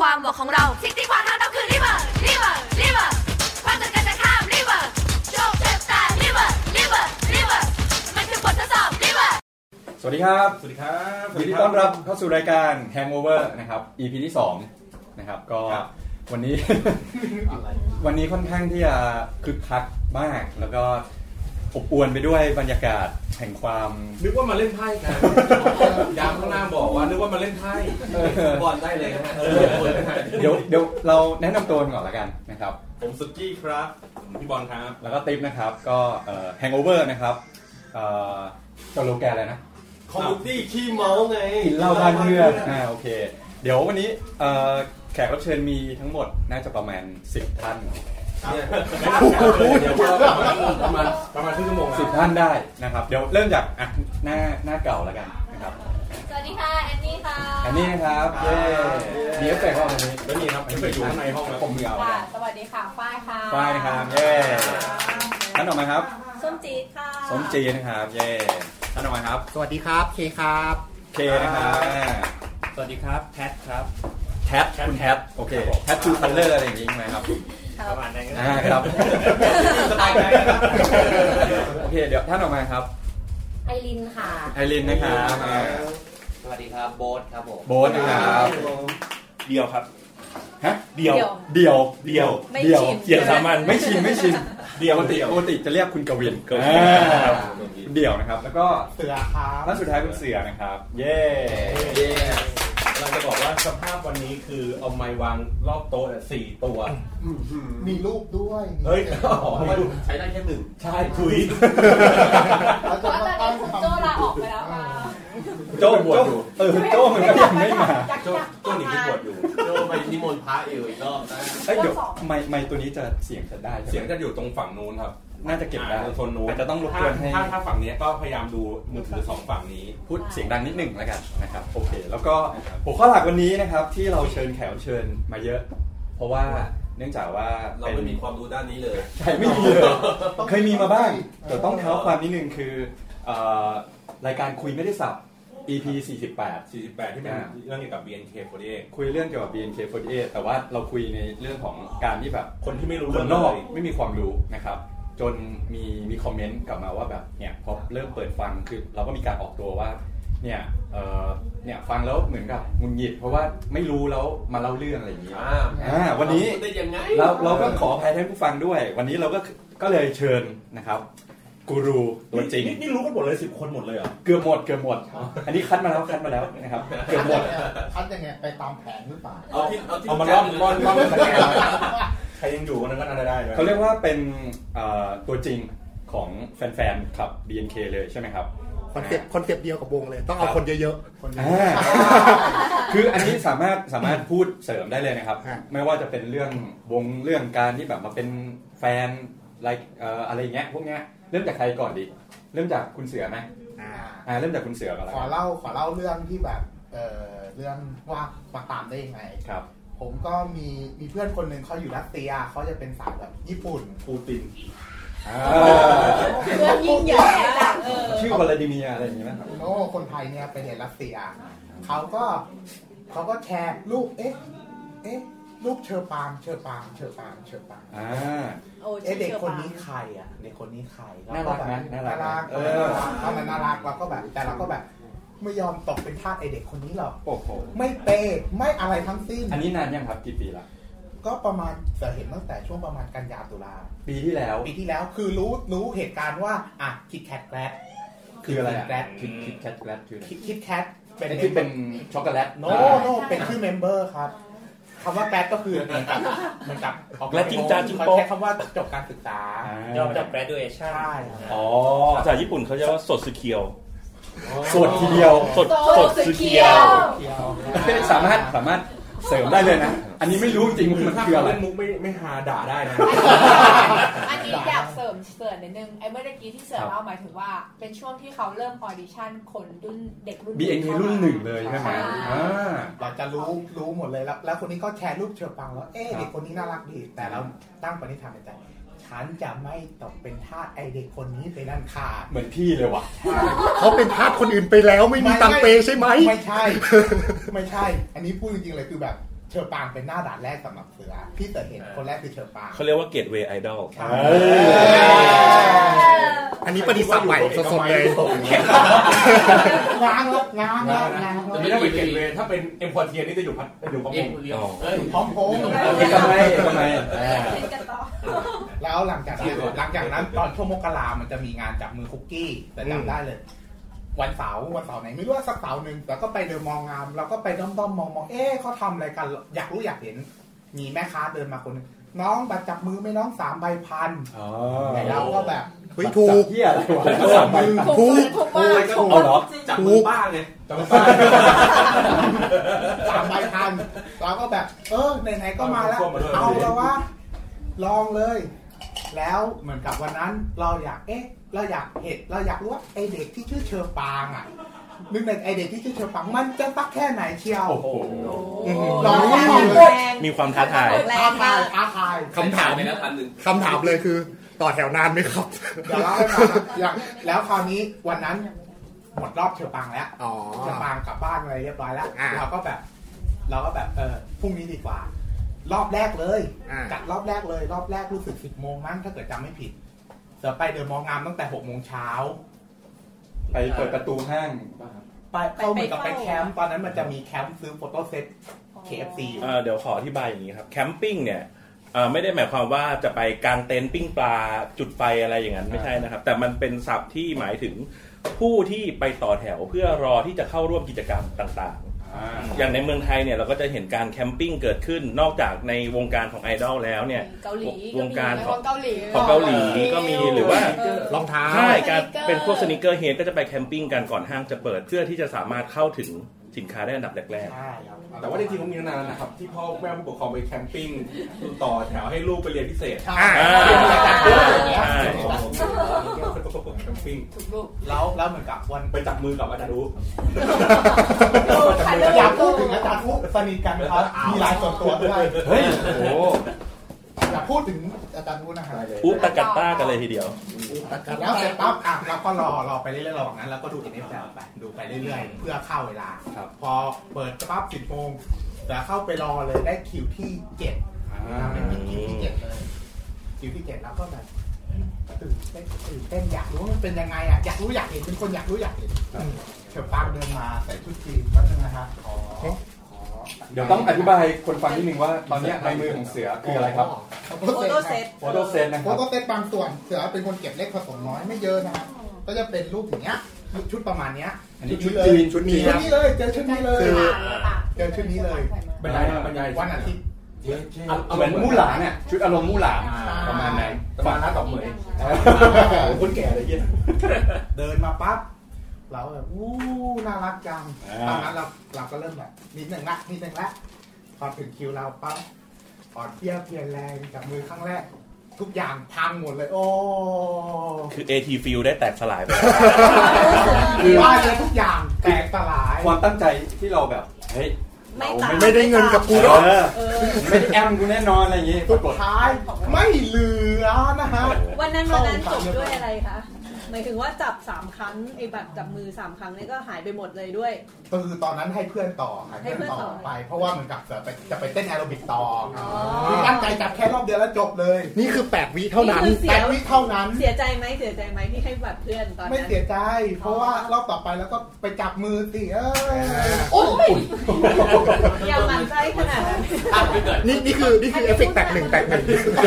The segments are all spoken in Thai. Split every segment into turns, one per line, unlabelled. ความหวังของเราสิ่งที่ขวางทางเราคือริเวอร์ริเวอร์ริเวอร์ความต้องการจะข้ามริเวอร์โชคเจ็บตาริเวอร์ริเวอร์ริเวอร์มันคือบททดสอบริเวอร์
สวัสดีครับ
สวัสดีครับ
ยินดีต้อนรับเข้าสู่รายการ Hangover นะครับ EP ที่2นะครับก็
ครับ
วัน นี้ วันนี้ค่อนข้างที่จะคึกคักมาก แล้วก็อบอวนไปด้วยบรรยากาศแห่ง ความ
นึกว่ามาเล่นไพ่กันยามข้างหน้าบอกว่านึกว่ามาเล่นไพ่
บอลได้เลยนะฮะ
เออเปิดไพ่
เดี๋ยวเดี๋ยวเราแนะนำตัวกันก่อนละกันนะครับ
ผมสุกี้ครับผมพี่บอลครับ
แล้วก็ติ๊บนะครับก็เอ่อ Hangover นะครับเอ่อสโลแกนอะไรนะ
คอมมูนิตี้ขี้เมาไง
กินเหล้าบ้านเพื่อนอ่าโอเค เดี๋ยววันนี้เอ่อแขกรับเชิญมีทั้งหมดน่าจะประมาณ 10 ท่าน
เนี่ยเดี๋ยวเราประมาณประมาณครึ่งชั่วโมง
สิบท่านได้นะครับ เดี๋ยวเริ่มจากอ่ะหน้าหน้าเก่าแล้วกันนะครับ
สวัสดีค่ะแอนนี่ค่ะ
อันนี้นะครับเย้มีเอฟเฟกต์ว่าวันนี้
แล้วนี่ครับไม่เคยอยู่ข้างในห้องแล้ว
ผมเหงา
ค่ะสวัสดีค่ะ ฝ้ายค่ะ
ป้ายนะครับเย้ท่านออกมาครับ
ส้มจี๊ดค่ะ
สมจีนะครับเย้ท่านออกมาครับ
สวัสดีครับ เคครับ
เคนะครับอ่า
สวัสดีครับ แพทครับ
แท็บคุณแท็บโอเคแท็บทูคัลเลอร์อะไรอย่างงี้ใช่ไหมครับ
ประมาณนั้น
อ่าครับ
สบายใจนะครับ
โอเค เดี๋ยวท่านออกมาครับ
ไอรินค่ะ
ไอรินนะครับอ่า
สวัสดีครับ โบ๊ทครับผม
โบ๊ทนะครับ
เดียวครับ
ฮะ
เดียว
เดี่ยว
เดียว
ไม่
เดี่ยว
ชิน
เสียงสามัญ
ไม่ชินไม่ชิน
เดียว
ปกติ
เดียว
ปกติจะเรียกคุณกวิน
ก็
อ่าคุณเดี่ยวนะครับ แล้วก็
เสือครับ
ท่านสุดท้ายคุณเสือนะครับ เย้
เย้
เราจะบอกว่าสภาพวันนี้คือเอาไม้วางรอบโต๊ะเนี่ยสี่ตัว
มีรูปด้วย
เฮ้ยอ๋อ
เพราะว่าใช้ได้แค่หนึ่ง
ใช่ถุย
แล้ว
เพ
จะ
ราะตอน
ตั้ง
นี้คุณ
คำ
โจลาออกไปแล้วค่ะ
โจ้บวชอยู่เออโจ้มันก็ยังไม่มา
จาก
โจ้
จาก
โจ้หนีไปบวชอยู่
โจไปนิมนต์พระเอวอีกรอบนะ
เอ้ยเดี๋ยวไมค์ไมค์ตัวนี้จะเสียงจะได้ใช่ไหม
เสียงจะอยู่ตรงฝั่งนู้นครับ
น่าจะเก็บได้
อ่าโซนนู้น
อาจจะต้องรบกวนให้
ถ้าถ้าฝั่งเนี้ยก็พยายามดูมือถือสองฝั่งนี้
พูดเสียงดังนิดหนึ่งแล้วกันนะครับโอเค แล้วก็หัวข้อหลักวันนี้นะครับ ที่เราเชิญแขกรับเชิญมาเยอะ เพราะว่าเนื่องจากว่า
เราไม่มีความรู้ด้านนี้เลย
ใช่ไม่มีเลย เคยมีมาบ้างแต่ต้องเท้าความนิดนึงคือเอ่อรายการคุยไม่ได้สับ EP 48
48 ที่เป็นเรื่องเกี่ยวกับ BNK48
คุยเรื่องเกี่ยวกับ BNK48 แต่ว่าเราคุยในเรื่องของการที่แบบ
คนที่ไม่รู้
ค
เรื่อน ง
นอก
เลย
ไม่มีความรู้นะครับ จนมีมีคอมเมนต์กลับมาว่าแบบเนี่ยพอเริ่มเปิดฟังคือเราก็มีการออกตัวว่าเนี่ยเอ่อเนี่ยฟังแล้วเหมือนกับหงุนหงิด เพราะว่าไม่รู้แล้วมาเล่าเรื่องอะไรอย่างเงี้ย
อ่า
อ่าวันนี้
ได้ยังไง
เราเราก็ขออภัยท่านผู้ฟังด้วย วันนี้เราก็ก็เลยเชิญนะครับกูรูตัวจริง
นี่นี่รู้กันหมดเลย 10 คนหมดเลยเหรอ
เกือบหมดเกือบหมด อันนี้คัดมาแล้วคัดมาแล้วนะครับเกือบหมด
คัดยังไงไปตามแผนหรือเปล่า
เอาที่เอาที่
เอามาล่อนล่อนล่อน
เ
สแกนไว้ใครยังอยู่คนนั้นก็น่าจะได้ไหม
เขาเรียกว่าเป็นเอ่อตัวจริงของแฟนๆครับ BNK เลยใช่ไหมครับ
คอนเซ็ปต์คอนเซ็ปต์เดียวกับวงเลย ต้องเอาคนเยอะ
คนนี้
อ่าคืออันนี้สามารถสามารถพูดเสริมได้เลยนะครับ
ฮะ
ไม่ว่าจะเป็นเรื่องวงเรื่องการที่แบบมาเป็นแฟนอะไรเอ่ออะไรอย่างเงี้ยพวกเนี้ยเริ่มจากใครก่อนดีเริ่มจากคุณเสือไหม
ๆอ่า
อ่าเริ่มจากคุณเสือก่อนละ
ขอ
กัน
เล่าขอเล่าเรื่องที่แบบเออเรื่องว่ามาตามได้ยังไง
ครับ
ผมก็มีมีเพื่อนคนหนึ่งเขาอยู่รัสเซียเขาจะเป็นสายแบบญี่ปุ่น
ปูติน
เรื่องยิ่งใหญ่จังเออ
ชื่อวลาดิเมียร์อะไรอย่างงี้ไหมครับ
โอ้คนไทยเนี่ยไปเรียนรัสเซียเขาก็เขาก็แชร์รูปเอ๊ะเอ๊ะรูปเชอปางเชอปางเชอปางเชอปาง
อ่า
โอ้
เอ๊ะเด็ก
ชื่อ
คน
ปา
นี้ใครอ่ะเด็กคนนี้ใคร
น่ารักนะน่า
น่า
รั
รั
ก
ก
นะเอ
เอ
อ
อตอนนั้นน่ารักเราก็แบบ แต่เราก็แบบ ไม่ยอมตกเป็นทาสไอเด็กคนนี้หรอก
โอ้โห
ไม่เปย์ไม่อะไรทั้งสิ้น
อันนี้นานยังครับกี่ปีละ
ก็ประมาณจะเห็นตั้งแต่ช่วงประมาณกันยาตุลา
ปีที่แล้ว
ปีที่แล้วคือรู้รู้เหตุการณ์ว่าอ่ะคิดแคทแกลบ
คืออะไรอะ
แกลบ
คิดคิดแคทแกลบคืออะไร
คิดแคทเป็น
ไอ้ที่เป็นช็อกโกแลต
โนโนเป็นชื่อเมมเบอร์ครับคำว่าแกลบก็คือเหมือนกับเหมือนกับออก
และจริงจังจริง
เขา
โป๊ะ
ใช้คำว่าจบการศึกษา
อ่า
จบจบ
ใช่ครับ
อ๋อ
ภาษาญี่ปุ่นเขาจะว่าสดสเคียว
สดทีเดียว
สด
โต
สดส
สุดเขี
เคีย
ยว ว
สามารถสามารถเสริมได้เลยนะ อันนี้ไม่รู้จริงๆมัน
ถ้า
คือ
เขา
อะไร
เล่นมุกไม่ไม่ฮาด่าได้นะ
อันนี้อยากเสริมเสริมนิดนึง ไอ้เมื่อกี้ที่เสริมเล่าหมายถึงว่า เป็นช่วงที่เขาเริ่มออดิชั่นคนรุ่นเด็กรุ่น
BNK รุ่นหนึ่งเลยใช่ไหมอ่า
เราจะรู้รู้หมดเลยแล้วแล้วคนนี้ก็แชร์รูปเชอปังแล้วเอ๊ะ
ครับ
เด็กคนนี้น่ารักดี แต่เราตั้งปณิธานในใจฉันจะไม่ตกเป็นทาสไอเด็กคนนี้ไปนั่นขาด
เหมือนพี่เลยว่ะ
เขาเป็นทาสคนอื่นไปแล้วไม่มีตังค์เปย์ใช่ไหม
ไม่ใช่ ไม่ใช่ อันนี้พูดจริงๆเลยคือแบบ เชอปางเป็นหน้าด่านแรกสำหรับเสือพี่เสือเห็นคนแรกคือเชอปาง
เขาเรียกว่าเกตเวย์ไอดอล
อันนี้ปฏิสัมใหม่สดๆเลย
ง้างแล้วง้างแล้วง้าง
แต่ไม่
แล้ว
ได้าเป็นเกตเวย์ถ้าเป็นเอ็มพอร์เทียนี่จะอยู่พัดจะอยู่พัด
เอ็กซ์เรียวเอ้ย
พร้อมโพง
ผมทำไมทำไมอ่า
เล่นกันต่อ
แล้วหลังจากนั้นหลังจากนั้นตอนช่วงมกรามันจะมีงานจับมือคุกกี้แต่จำได้เลย วันเสาร์วันเสาร์ไหนไม่รู้ว่าสักเสาร์หนึ่งแล้วก็ไปเดินมองงาม แล้วก็ไปด้อมๆมองมองๆเอ๊ะเขาทำอะไรกัน อยากรู้อยากเห็น มีแม่ค้าเดินมาคนหนึงน้องบัตรจับมือไหม่น้องสามใบพัน
อ๋อ
เราก็แบบ
เฮ้ยถูก
เฮียอะไรวะ
สามมือถูก
ถูกมากถูก
เอาเหรอ
จับมือบ้าไง
จังหวะสามใบพันเราก็แบบ เออไหนๆก็มาแล้ว
เอามาด้วย
เอาแล้วว่า ลองเลย แล้วเหมือนกับวันนั้นเราอยาก เอ๊ะ เราอยากเห็นเราอยากรู้ว่าไอเด็กที่ชื่อเชอปางอ่ะ นึกในไอเด็กที่ชื่อเชอปางมันจะตักแค่ไหนเชียว
โอ้โห
ลอง
แร
แรง
ง
เลย
มีความท้าทาย
แร
ท้าง ทาม
าย ก
ท้าทาย
คำถาม
ไปแล้วพันหนึ่ง
คำถามเลยคือ ต่อแถวนานไหมครับ
เดี๋ยวเล่าให้ฟังนะอย่างแล้วคราวนี้วันนั้นหมดรอบเชอปางแล้ว
อ๋อ
จะปางกลับบ้านอะไรเรียบร้อยแล้ว
อ่า
เราก็แบบ เราก็แบบเออพรุ่งนี้ดีกว่า รอบแรกเลย
อ่า
จัดรอบแรกเลย รอบแรกรู้สึกสิบโมงมั้งถ้าเกิดจำไม่ผิดเสือไปเดินมองงามตั้งแต่หกโมงเช้า
ไปเปิดประตูห้างป่ะครับ
ไปเข้าเหมือนกับ
ไป
ไป
เฝ้า
แคมป์ตอนนั้นมันจะมีแคมป์ซื้อโฟโต้เซต KFC อยู่
เอ่อเดี๋ยวขออธิบายอย่างนี้ครับ แคมปิ้งเนี่ยเอ่อไม่ได้หมายความว่าจะไปกางเต็นท์ปิ้งปลาจุดไฟอะไรอย่างนั้นไม่ใช่นะครับ แต่มันเป็นศัพท์ที่หมายถึงผู้ที่ไปต่อแถวเพื่อรอที่จะเข้าร่วมกิจกรรมต่างๆ
อ่า
อย่างในเมืองไทยเนี่ยเราก็จะเห็นการแคมปิ้งเกิดขึ้นนอกจากในวงการของไอดอลแล้วเนี่ย
เกาหลี
วงการ
มี
ของ
เกาหลี
ของเกาหลีก็มีหรือว่า
เอ
รองเท้า
ใช่การ
สนิกเกอร์
เป็นพวกสนิเกอร์เฮดก็จะไปแคมปิ้งกันก่อนห้างจะเปิดเพื่อที่จะสามารถเข้าถึงสินค้าได้อันดับแรก
ใช่ครับ
แต่ว่าจริงๆผมมีนานนะครับ ที่พ่อแม่ผู้ปกครองไปแคมปิ้งต่อแถวให้ลูกไปเรียนพิเศษ
อ่า
ๆอ่าใช่
แคมปิ้ง
ถูกลูก
แล้วแล้วเหมือนกับวัน
ไปจับมือกับอาจารย์รู้
ค่ะเรื่ง
อยากพูดถึงอาจารย์พุกสนิทกันครับมีลายส่วนตัวด้วย
เฮ้ย โอ้โห
อยากพูดถึงอาจารย์พุกนะครับ
อุ๊บตะกัตต้ากันเลยทีเดียว
แล้วเสร็จปั๊บอ่ะเราก็รอรอไปเรื่อยๆระหว่างนั้นเราก็ดู NFL ไปดูไปเรื่อยๆ เพื่อเข้าเวลาครับพอเปิดปั๊บสิบโมงแต่เข้าไปรอเลยได้คิวที่เจ็ดนะครับเป็นคิวที่เจ็ดเลยคิวที่เจ็ดแล้วก็แบบตื่นเต้นตื่นเต้นอยากรู้ว่ามันเป็นยังไงอ่ะอยากรู้อยากเห็นเป็นคนอยากรู้อยากเห็นเฉยปางเดินมาใส่ชุดจีนมาใช่ไหมฮะขอขอ
เดี๋ยวต้องอธิบายคนฟังนิดนึงว่า ตอนเนี้ยในมือของเสือคืออะไรครับ
โฟโต้เซต
โฟโตเซนนะค
โฟ
รับ
โต้เซตบางส่วนเสือเป็นคนเก็บเล็กผสมน้อยไม่เยอะนะครับก็จะเป็นรูปอย่างเงี้ยชุดประมาณเนี้ย
อันนี้ชุดจีนชุด
ชุ
นี้
ด
ครับ
นี้เลยเจอชุดนี้เลย
คือ
เจอชุดนี้เลย
บรรยายนะบรรยาย
วันอาทิตย์
เหมือนมู่หลานเนี่ยชุดอารมณ์มู่หลานประมาณนั้น
ประมาณนั้นต่อเหมย
โอ้โหคนแก่เลยเหี้ย
เดินมาปั๊บเราแบบอู้น่ารักจัง
อ่า
ตอนนั้นเราเราก็เริ่มแบบนิดหนึ่งละนิดหนึ่งละพอถึงคิวเราปั๊บอ่อนเพลียเพลียแรงจับมือข้างแรก ทุกอย่างพังหมดเลย โอ้
คือ AT Field ได้แตกสลายไปแล้ว
ว่าเลยทุกอย่างแตกสลาย
ความตั้งใจที่เราแบบเฮ้ยเราไม่
ไม่ได้เงินกับกูหรอก
เออไม่ได้แอมกูแน่นอนอะไรอย่างงี้ป
สุ
รา
ด
กฏ
ท้ายไม่เหลือนะฮะ
วันนั้นวันนั้นจบด้วยอะไรคะหมายถึงว่าจับสามครั้งไอ้บัตรจับมือสามครั้งเนี่ยก็หายไปหมดเลยด้วย
คือตอนนั้นให้เพื่อนต่อค่ะ
ให้
เพื่อน
เพื่อน
ต่อ
ต่อ
ไป เพราะว่าเหมือนกับจะไปจะไปเต้นแอโรบิกต่ออคือตั้งใจจับแค่รอบเดียวแล้วจบเลย
นี่คือ 8 วิเท่านั้น
คือเสี
แต่
ย
วิเท่านั้น
เสียใจไหมเสียใจไหมที่ให้บัตรเพื่อนตอน
ไม่
นั้น
เสียใจ เพราะว่ารอบต่อไปแล้วก็ไปจับมือสิเอ้ย
โอ้ย
อย่าหมันไส้ขนาดนั้น
นี่นี่คือนี่คือเอฟเฟกต์แตกหนึ่งแตกหนึ่ง
อ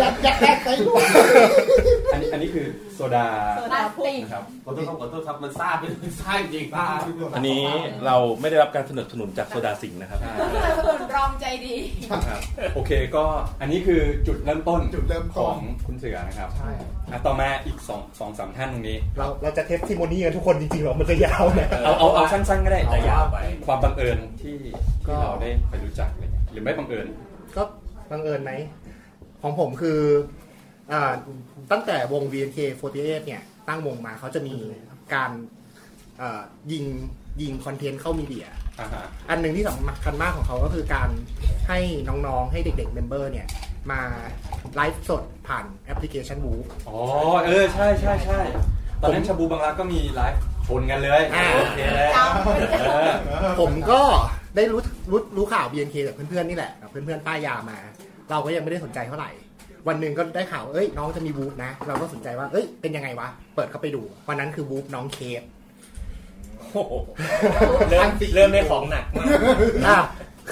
ยากอยากแตกใส่ลูก
อันนี้อันนี้คือโซดา
โซดาพุ่ง
นะครับ
ขอโทษครับขอโทษครับมันซ่าเป็นซ่าจริงซ่า
อันนี้เราไม่ได้รับการสนับสนุนจากโซดาสิงห์นะครับ
คนรอมใจดี
ครับโอเคก็อันนี้คือจุดเริ่มต้น
จุดเริ่ม
ข
ต้
อน งคุณเสือนะครับ
ใช่
อ่ะต่อมาอีกสองสองสามท่านตรงนี้
เราเราจะเทสติโมนี่กันทุกคนจริงๆหรอ มันจะยาวนะ
เอาเอาเอาสั้นๆก็ได้แต่อยา
เอาา
วย
วไป
ความบังเอิญที่
ก็
ที่เราได้ไปรู้จักอะไรเงี้ยหรือไม่บังเอิญ
ก็บังเอิญไหม ของผมคืออ่าตั้งแต่วง VNK48 เนี่ย ตั้งวงมาเขาจะมีการอ่ายิงยิงคอนเทนต์เข้ามีเดีย
อ่าฮะ
อันหนึ่งที่สำคัญมากของเขาก็คือการให้น้องๆ ให้เด็กๆเมมเบอร์เนี่ย มาไลฟ์สดผ่านแอปพลิเคชัน Woo
อ๋อ เออ ใช่ใช่ใช่ตอนนั้นชาบูบางรักก็มีไลฟ์ชนกันเลย
อ่า
โอเคแล้ว
จำ
เออ
ผมก็ ได้รู้รู้รู้ข่าว BNK จากเพื่อนๆนี่แหละกับเพื่อนๆป้ายยามา เราก็ยังไม่ได้สนใจเท่าไหร่ วันหนึ่งก็ได้ข่าวเอ้ยน้องจะมีบูฟนะ เราก็สนใจว่าเอ้ยเป็นยังไงวะเปิดเข้าไปดูวันนั้นคือบูฟน้องเคส
โอ้โหเริ่มเริ่มได้ของหนักมาก
อ่ะ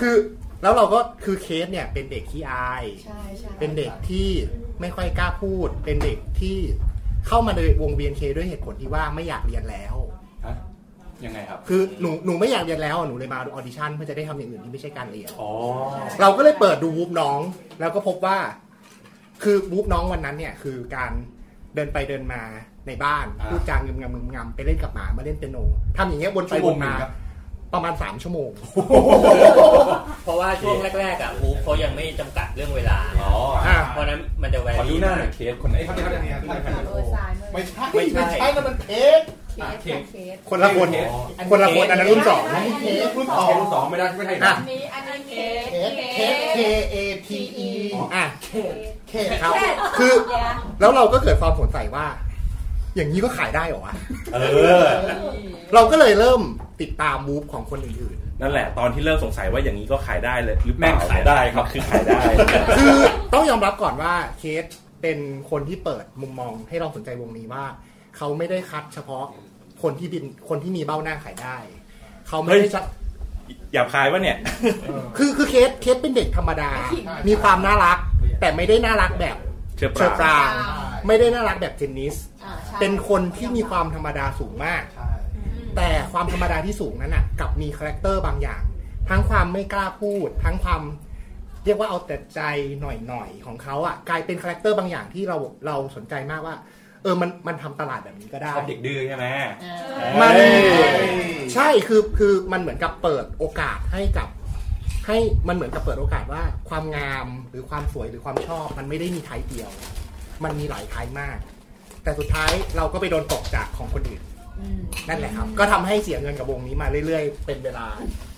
คือแล้วเราก็คือเคสเนี่ยเป็นเด็กที่อาย
ใช่ใช่
เป็นเด็กที่ไม่ค่อยกล้าพูด เป็นเด็กที่เข้ามาในวงเวียนเคด้วยเหตุผลที่ว่าไม่อยากเรียนแล้ว
ฮะยังไงครับ
คือหนูหนูไม่อยากเรียนแล้วอ่ะหนูเลยมาออดิชั่นเพื่อจะได้ทำอย่างอื่นที่ไม่ใช่การเรียน
อ๋อ
เราก็เลยเปิดดูวูบน้อง แล้วก็พบว่า คือวูบน้องวันนั้นเนี่ยคือการเดินไปเดินมาในบ้านพูดจางงึมงำงึมงำไปเล่นกับหมามาเล่นเปียโนทำอย่างเงี้ยวนไปวนมาประมาณสามชั่วโมง
เพราะว่าช่วงแรกๆอ่ะบูฟเขายังไม่จำกัดเรื่องเวลา
อ๋อ
อ่ะ
เพราะนั้นมันจะแว
ขอดู
รี่
หน้าหน่อยเคสคนไหน
ไอ้เขาจะทำยังไงครับ
ขวามือซ้ายมือ
ไม่ใช่
ไม่ใช่
ใช่แล้วมันเทส
เคสค่ะเคส
คนละคนคนละคนอันนั้นรุ่นสอง
รุ่นสองรุ่นสองไม่ได้ไม่ได้
อ่ะ
อันนี้อันนี้เคส
K K K A P E อ่ะ K ครับ
เคส
คือ
เดี๋ยว
แล้วเราก็เกิดความสงสัยว่า อย่างนี้ก็ขายได้เหรอวะ
เออ
เราก็เลยเริ่มติดตามมูฟของคนอื่น
นั่นแหละตอนที่เริ่มสงสัยว่าอย่างนี้ก็ขายได้เลยหรือเปล่า
แม่งขายได้ครับคือ
ขายได้
ๆ คือต้องยอมรับก่อนว่าเคสเป็นคนที่เปิดมุมมองให้เราสนใจวงนี้ว่า เขาไม่ได้คัดเฉพาะคนที่บินคนที่มีเบ้าหน้าขายได้ เขาไม่ได้จะ
อย่าพายว่าเนี่ย
คือคือเคสเคสเป็นเด็กธรรมดา มีความน่ารัก แต่ไม่ได้น่ารักแบบ
เชื่อป
เชอ
ลาร
ปางไม่ได้น่ารักแบบเจนนิส
อ่าใช่
เป็นคนที่มีความธรรมดาสูงมาก แต่ความธรรมดาที่สูงนั้นน่ะกลับมีคาแรคเตอร์บางอย่าง ทั้งความไม่กล้าพูด ทั้งความเรียกว่าเอาแต่ใจหน่อยๆของเขาอ่ะกลายเป็นคาแรคเตอร์บางอย่างที่เราเราสนใจมากว่า เออมันมันทำตลาดแบบนี้ก็ได้
ชอบเด็กดื้อใช่ไหม
อ่า
มัน
เฮ้ย
ใช่คือคือมันเหมือนกับเปิดโอกาสให้กับ ให้มันเหมือนกับเปิดโอกาสว่าความงามหรือความสวยหรือความชอบ มันไม่ได้มีไทป์เดียว มันมีหลายไทป์มาก แต่สุดท้ายเราก็ไปโดนตกจากของคนอื่น
อืม
นั่นแหละครับ ก็ทำให้เสียเงินกับวงนี้มาเรื่อยๆ เป็นเวลา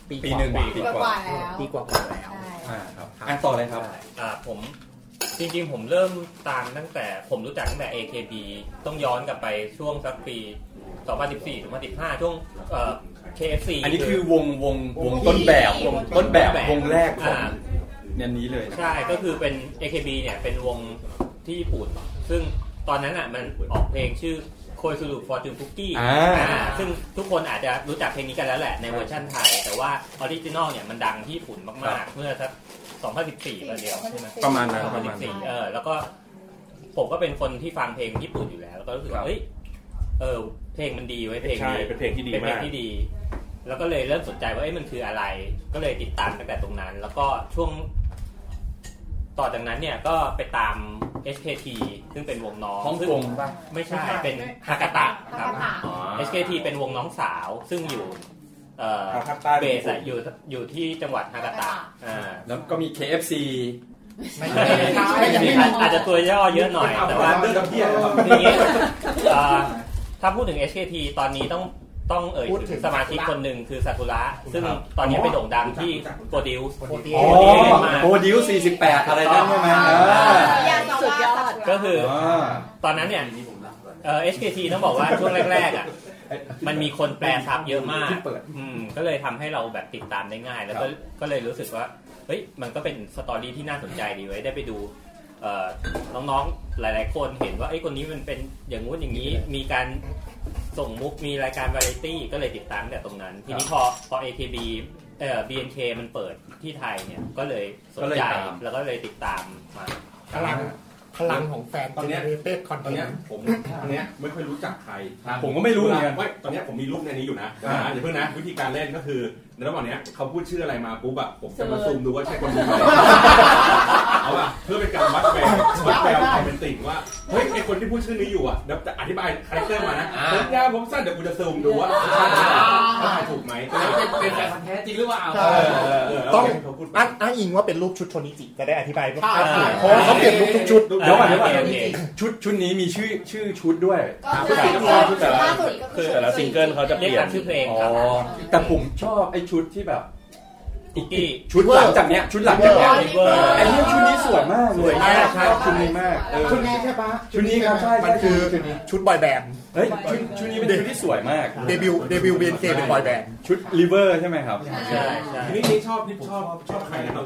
ปี
ปีหนึ่ง
กว่า
ปี
ดี
ก
ก
ว่า
ว่าแล้ว
ๆปีกว่าๆแล้ว
ใช่
อ่าครับอ่านต่อเลยครับ
อ่าผมจริงๆ ผมเริ่มตามตั้งแต่ผมรู้จักตั้งแต่ AKB ต้องย้อนกลับไปช่วงสักปี 2014 2015 ช่วงเอ่อ KFC
อันนี้คือวงวงวงต้นแบบวงต้นแบบวงแรกของ
อ่า
เนี่ยนี้เลยนะ
ใช่ ก็คือเป็น AKB เนี่ยเป็นวงที่ญี่ปุ่น ซึ่งตอนนั้นอ่ะมันออกเพลงชื่อโคยสุรุฟอร์จูนคุกกี้
อ่า
ซึ่งทุกคนอาจจะรู้จักเพลงนี้กันแล้วแหละในเวอร์ชันไทย แต่ว่าออริจินอลเนี่ยมันดังที่ญี่ปุ่นมาก ๆ เมื่อสัก 2014ประเดียวใช่ไหม
ประมาณนั้น
สอง
ป
พัน
ระมาณ
สิบ
นั้น
สี่เออแล้วก็ผมก็เป็นคนที่ฟังเพลงญี่ปุ่นอยู่แล้ว แล้วก็รู้สึก
ครั
ว่า
บ
เฮ้ยเออเพลงมันดีไว้ยเพลง
ใช่
นี้
เป็นเพลงที่ดี
เป็นเพล
มาง ก
ที่ดี แล้วก็เลยเริ่มสนใจว่าเอ้ยมันคืออะไร ก็เลยติดตามตั้งแต่ตรงนั้น แล้วก็ช่วง ต่อจากนั้นเนี่ยก็ไปตาม SKT ซึ่งเป็นวงน้อง
ฮ่อง
ซึ่
กงป่ะ
ไม่ใช่เป็นฮากาตะค
ภา
รับ
คต่าง
SKT เป็นวงน้องสาวซึ่งอยู่ เออ
ภาคใต้
เบสอะอยู่อยู่ที่จังหวัดฮากาตะอ่า
แล้วก็มี KFC
ไม่
อา
ใช่ไม่ใช่ไม่ใช่
จจะตัวย่อเยอะหน่อย แต่ว่า
เรื่องกระเพี้ยนนะครับ
ทีนี้เอ่อถ้าพูดถึง HKT ตอนนี้ต้องต้องเอ่ย
พูดถึ
ถึ
ง
งสมาชิกคนหนึ่งคือซากุระ ซึ่ง
ครับ
ตอนนี้ไปโด่งดังที่โปรดิว
Produce
อ๋อโบดิว48 อะไรนั่นใช่ไหมเออ
สุดยอด
ก็คือ
อ่า
ตอนนั้นเนี่ยเอ่อ HKT ต้องบอกว่าช่วงแรกๆอ่ะมันมีคนแปลซับเยอะมาก
ที่เปิด
อืมก็เลยทำให้เราแบบติดตามได้ง่าย แล้วก็ก็เลยรู้สึกว่าเฮ้ยมันก็เป็นสตอรี่ที่น่าสนใจดีไว้ยได้ไปดู เอ่อน้องๆ หลายๆ คนเห็นว่าไอ้ยคนนี้มันเป็นอย่างงู้นอย่างนี้ มีการส่งมุก มีรายการวาไรตี้ก็เลยติดตามแต่ตรงนั้น ทีนี้พอพอ AKB เอ่อ BNK มันเปิดที่ไทยเนี่ย ก็เลยสน
ก็เลย
ใจ
ตาม
แล้วก็เลยติดตามมา
พลังพลังของแฟน
ตอนเนี้ย
เต็ดคอนเท
ตอน
น
เนี้ย
ต์
ผมตอนเนี้ยไม่ค่อยรู้จักใคร
ผมก็ไม่รู้เหมือนกัน
ไม่ตอนเนี้ยผมมีรูปในนี้อยู่นะ
อ่า
อ่าอย่าเพิ่งนะวิธีการเล่นก็คือในระหว่างเนี้ยเขาพูดชื่ออะไรมาปุ๊บอะผมจะมาซูมดูว่าใช่คนนี้ ไหมเอาอะเพื่อเป็นการวัดแวววัดแววความเป็นติ่งว่าเฮ้ยไอคนที่พูดชื่อนี้อยู่อะเดี๋ยวจะอธิบายคาแรคเตอร์มานะผมยาวผมสั้นเดี๋ยวกูจะซูมดูว่าใช่ไหมว่าใช่ถูกไหม
เป็นเป็นแฟนพันธุ์แท้จริงหรือเปล่า
เออเออเอ
ต้อง
เาเขาพูด
อ้างอ้างอิงว่าเป็นรูปชุดโชนิจิจะได้อธิบายว่า
ใช่
เพราะว่าเขาเปลี่ยนรูปทุกชุด
เดี๋ยวก่อน
อ่า
เดี๋ยวก่อน
โอเค
ชุดชุดนี้มีชื่อชื่อชุดด้วย
ก็คือซิงเกิลล่าสุดก็
คื
คือ อ
แต่ละซิงเกิลเขาจะเป
เรียก
ลี่ยน
ตามชื่อเพลง
อ๋อ
ครับ
แต่ผมชอบไอ้ชุดที่แบบ
คุกกี้
ชุดหลังจากเนี้ยชุดหลังจากเนี้ยไอ้เรื่องชุดนี้สวยมากเล
สวย ยมาก
ครับชุดนี้มากเออ
ชุดนี้ใช่ปะ
ชุดนี้ครับใช่
มันคือ
ชุดนี้
ชุดบอยแบนด์
เฮ้ยชุดชุดนี้เป็นชุดที่สวยมาก
เดบิวต์เดบิวต์ BNK เป็นบอยแบนด์
ชุดลิเวอร์ใช่ไหมครับ
ใช่ใช่
นี่นี่ชอบนี่ชอบชอบใครนะครับ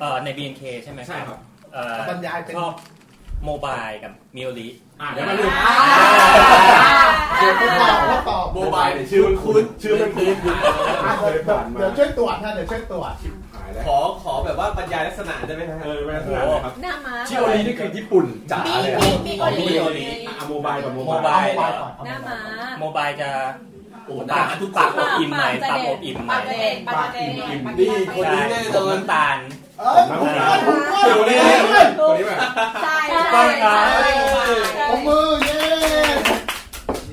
เอ่อใน BNK ใช่ไหม
ใช่ครับ
เอ่อบ
รรยายเป็น
ชอบโมบายกับมิโอริ
อ่ะเดี๋ยวมาดู
เดี๋ยวพูดต่อพูดต่อ
โมบายเนี่ยชื่อมันคุ้นชื่อมันคุ้น
อ่ะ
เคยผ่านมา
เดี๋ยวช่วยตรวจนะเดี๋ยวช่วยตรวจ
หายแล้ว
ขอขอแบบว่าบรรยายลักษณะได้ไหมฮะ
เออเป็นขนาดไหนครับ
หน้าม้า
ชิโอรีนี่คือญี่ปุ่นจ๋าเลยอะ
มีมีโอลี
อ่ะโมบายกับโม
โม
บาย
บาย
หน้าม้า
โมบายจะ
โอ้
ปา
ด่าก
ทุกปากอบอิ่มใหม่ปากอบอิ่มให
ปา
ม่
เด็กปาเด็ก
ดีคน
ใช่
นี้แน่น
ผ
อ
ม
น
น้ำตาล
เออผมเพื่อนผมเพื่อน
เดี๋
ค
ยวนี้
นนี้แบบ
ใช่
ใช่ใช่
ผมมือเย้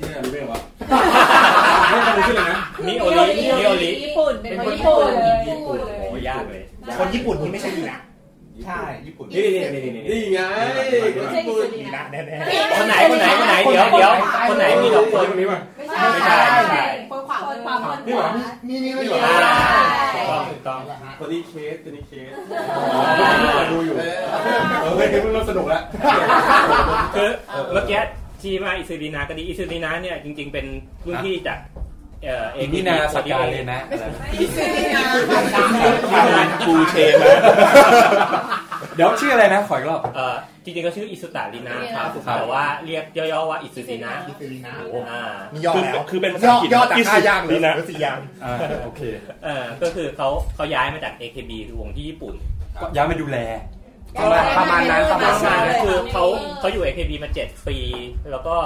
นี่รู้เรื่องวะไม่เคยรู้ชื่อเลยนะ
มิโอริมิโอริ
ญี่ปุ่นเป็นคนญี่ปุ่นเลย
ญี่ปุ่นเล
โอ้
ย
ยากเลย
คนญี่ปุ่นนี่ไม่ใช่ดีนะ
ใช่ญี่ปุ่น
นี่นี่นี่นี่นี่
นี่ไงคนญี่ปุ่น
ดีนะแน่
คนไหนคนไหนคนไหนเดี๋ยวเดี๋ยวคนไหนมีดอกเฟิร์น
คนนี้ป่ะ
ไม่ใช่ไม่ใช่คนขวางคนขวางคนขวาง
นี่นี่ไม่
ถู
ใช่
กต้องถูกต้อง
คนนี้เคสคนนี้เคส
ดูอยู่เออเฮ้ยเพิ่งเริ่มสนุกแล้ว
คือเมื่อกี้ที่มาอิซูรินาก็ดีอิซูรินาเนี่ยจริงๆเป็นรุ่นพี่จากเอ่อเอ
เอ็นนี่นาสกาเลยนะอะไรนะ
อีซีนะ
กูเชน
เดี๋ยวชื่ออะไรนะขออีกรอบ
เอ่อจริงๆก็ชื่ออิสุตารินาครับแต่ว่าเรียกย่อๆว่าอิซูรินาอ่า
มียอดแล้ว
คือเป็นภา
ย่
ษา
อ
อังกฤษ
ย่อจากห้ายางเหล
ดี
ย
นะ
หรือสี่ยาง
อ่าโอเค
เออก็คือเขาเขาย้ายมาจาก AKB คือวงที่ญี่ปุ่น
ก็ย้ายมาดูแล
ประมาณนั้นประมาณนั้น
คือเขาเขาอยู่ AKB มา 7 ปี แล้วก็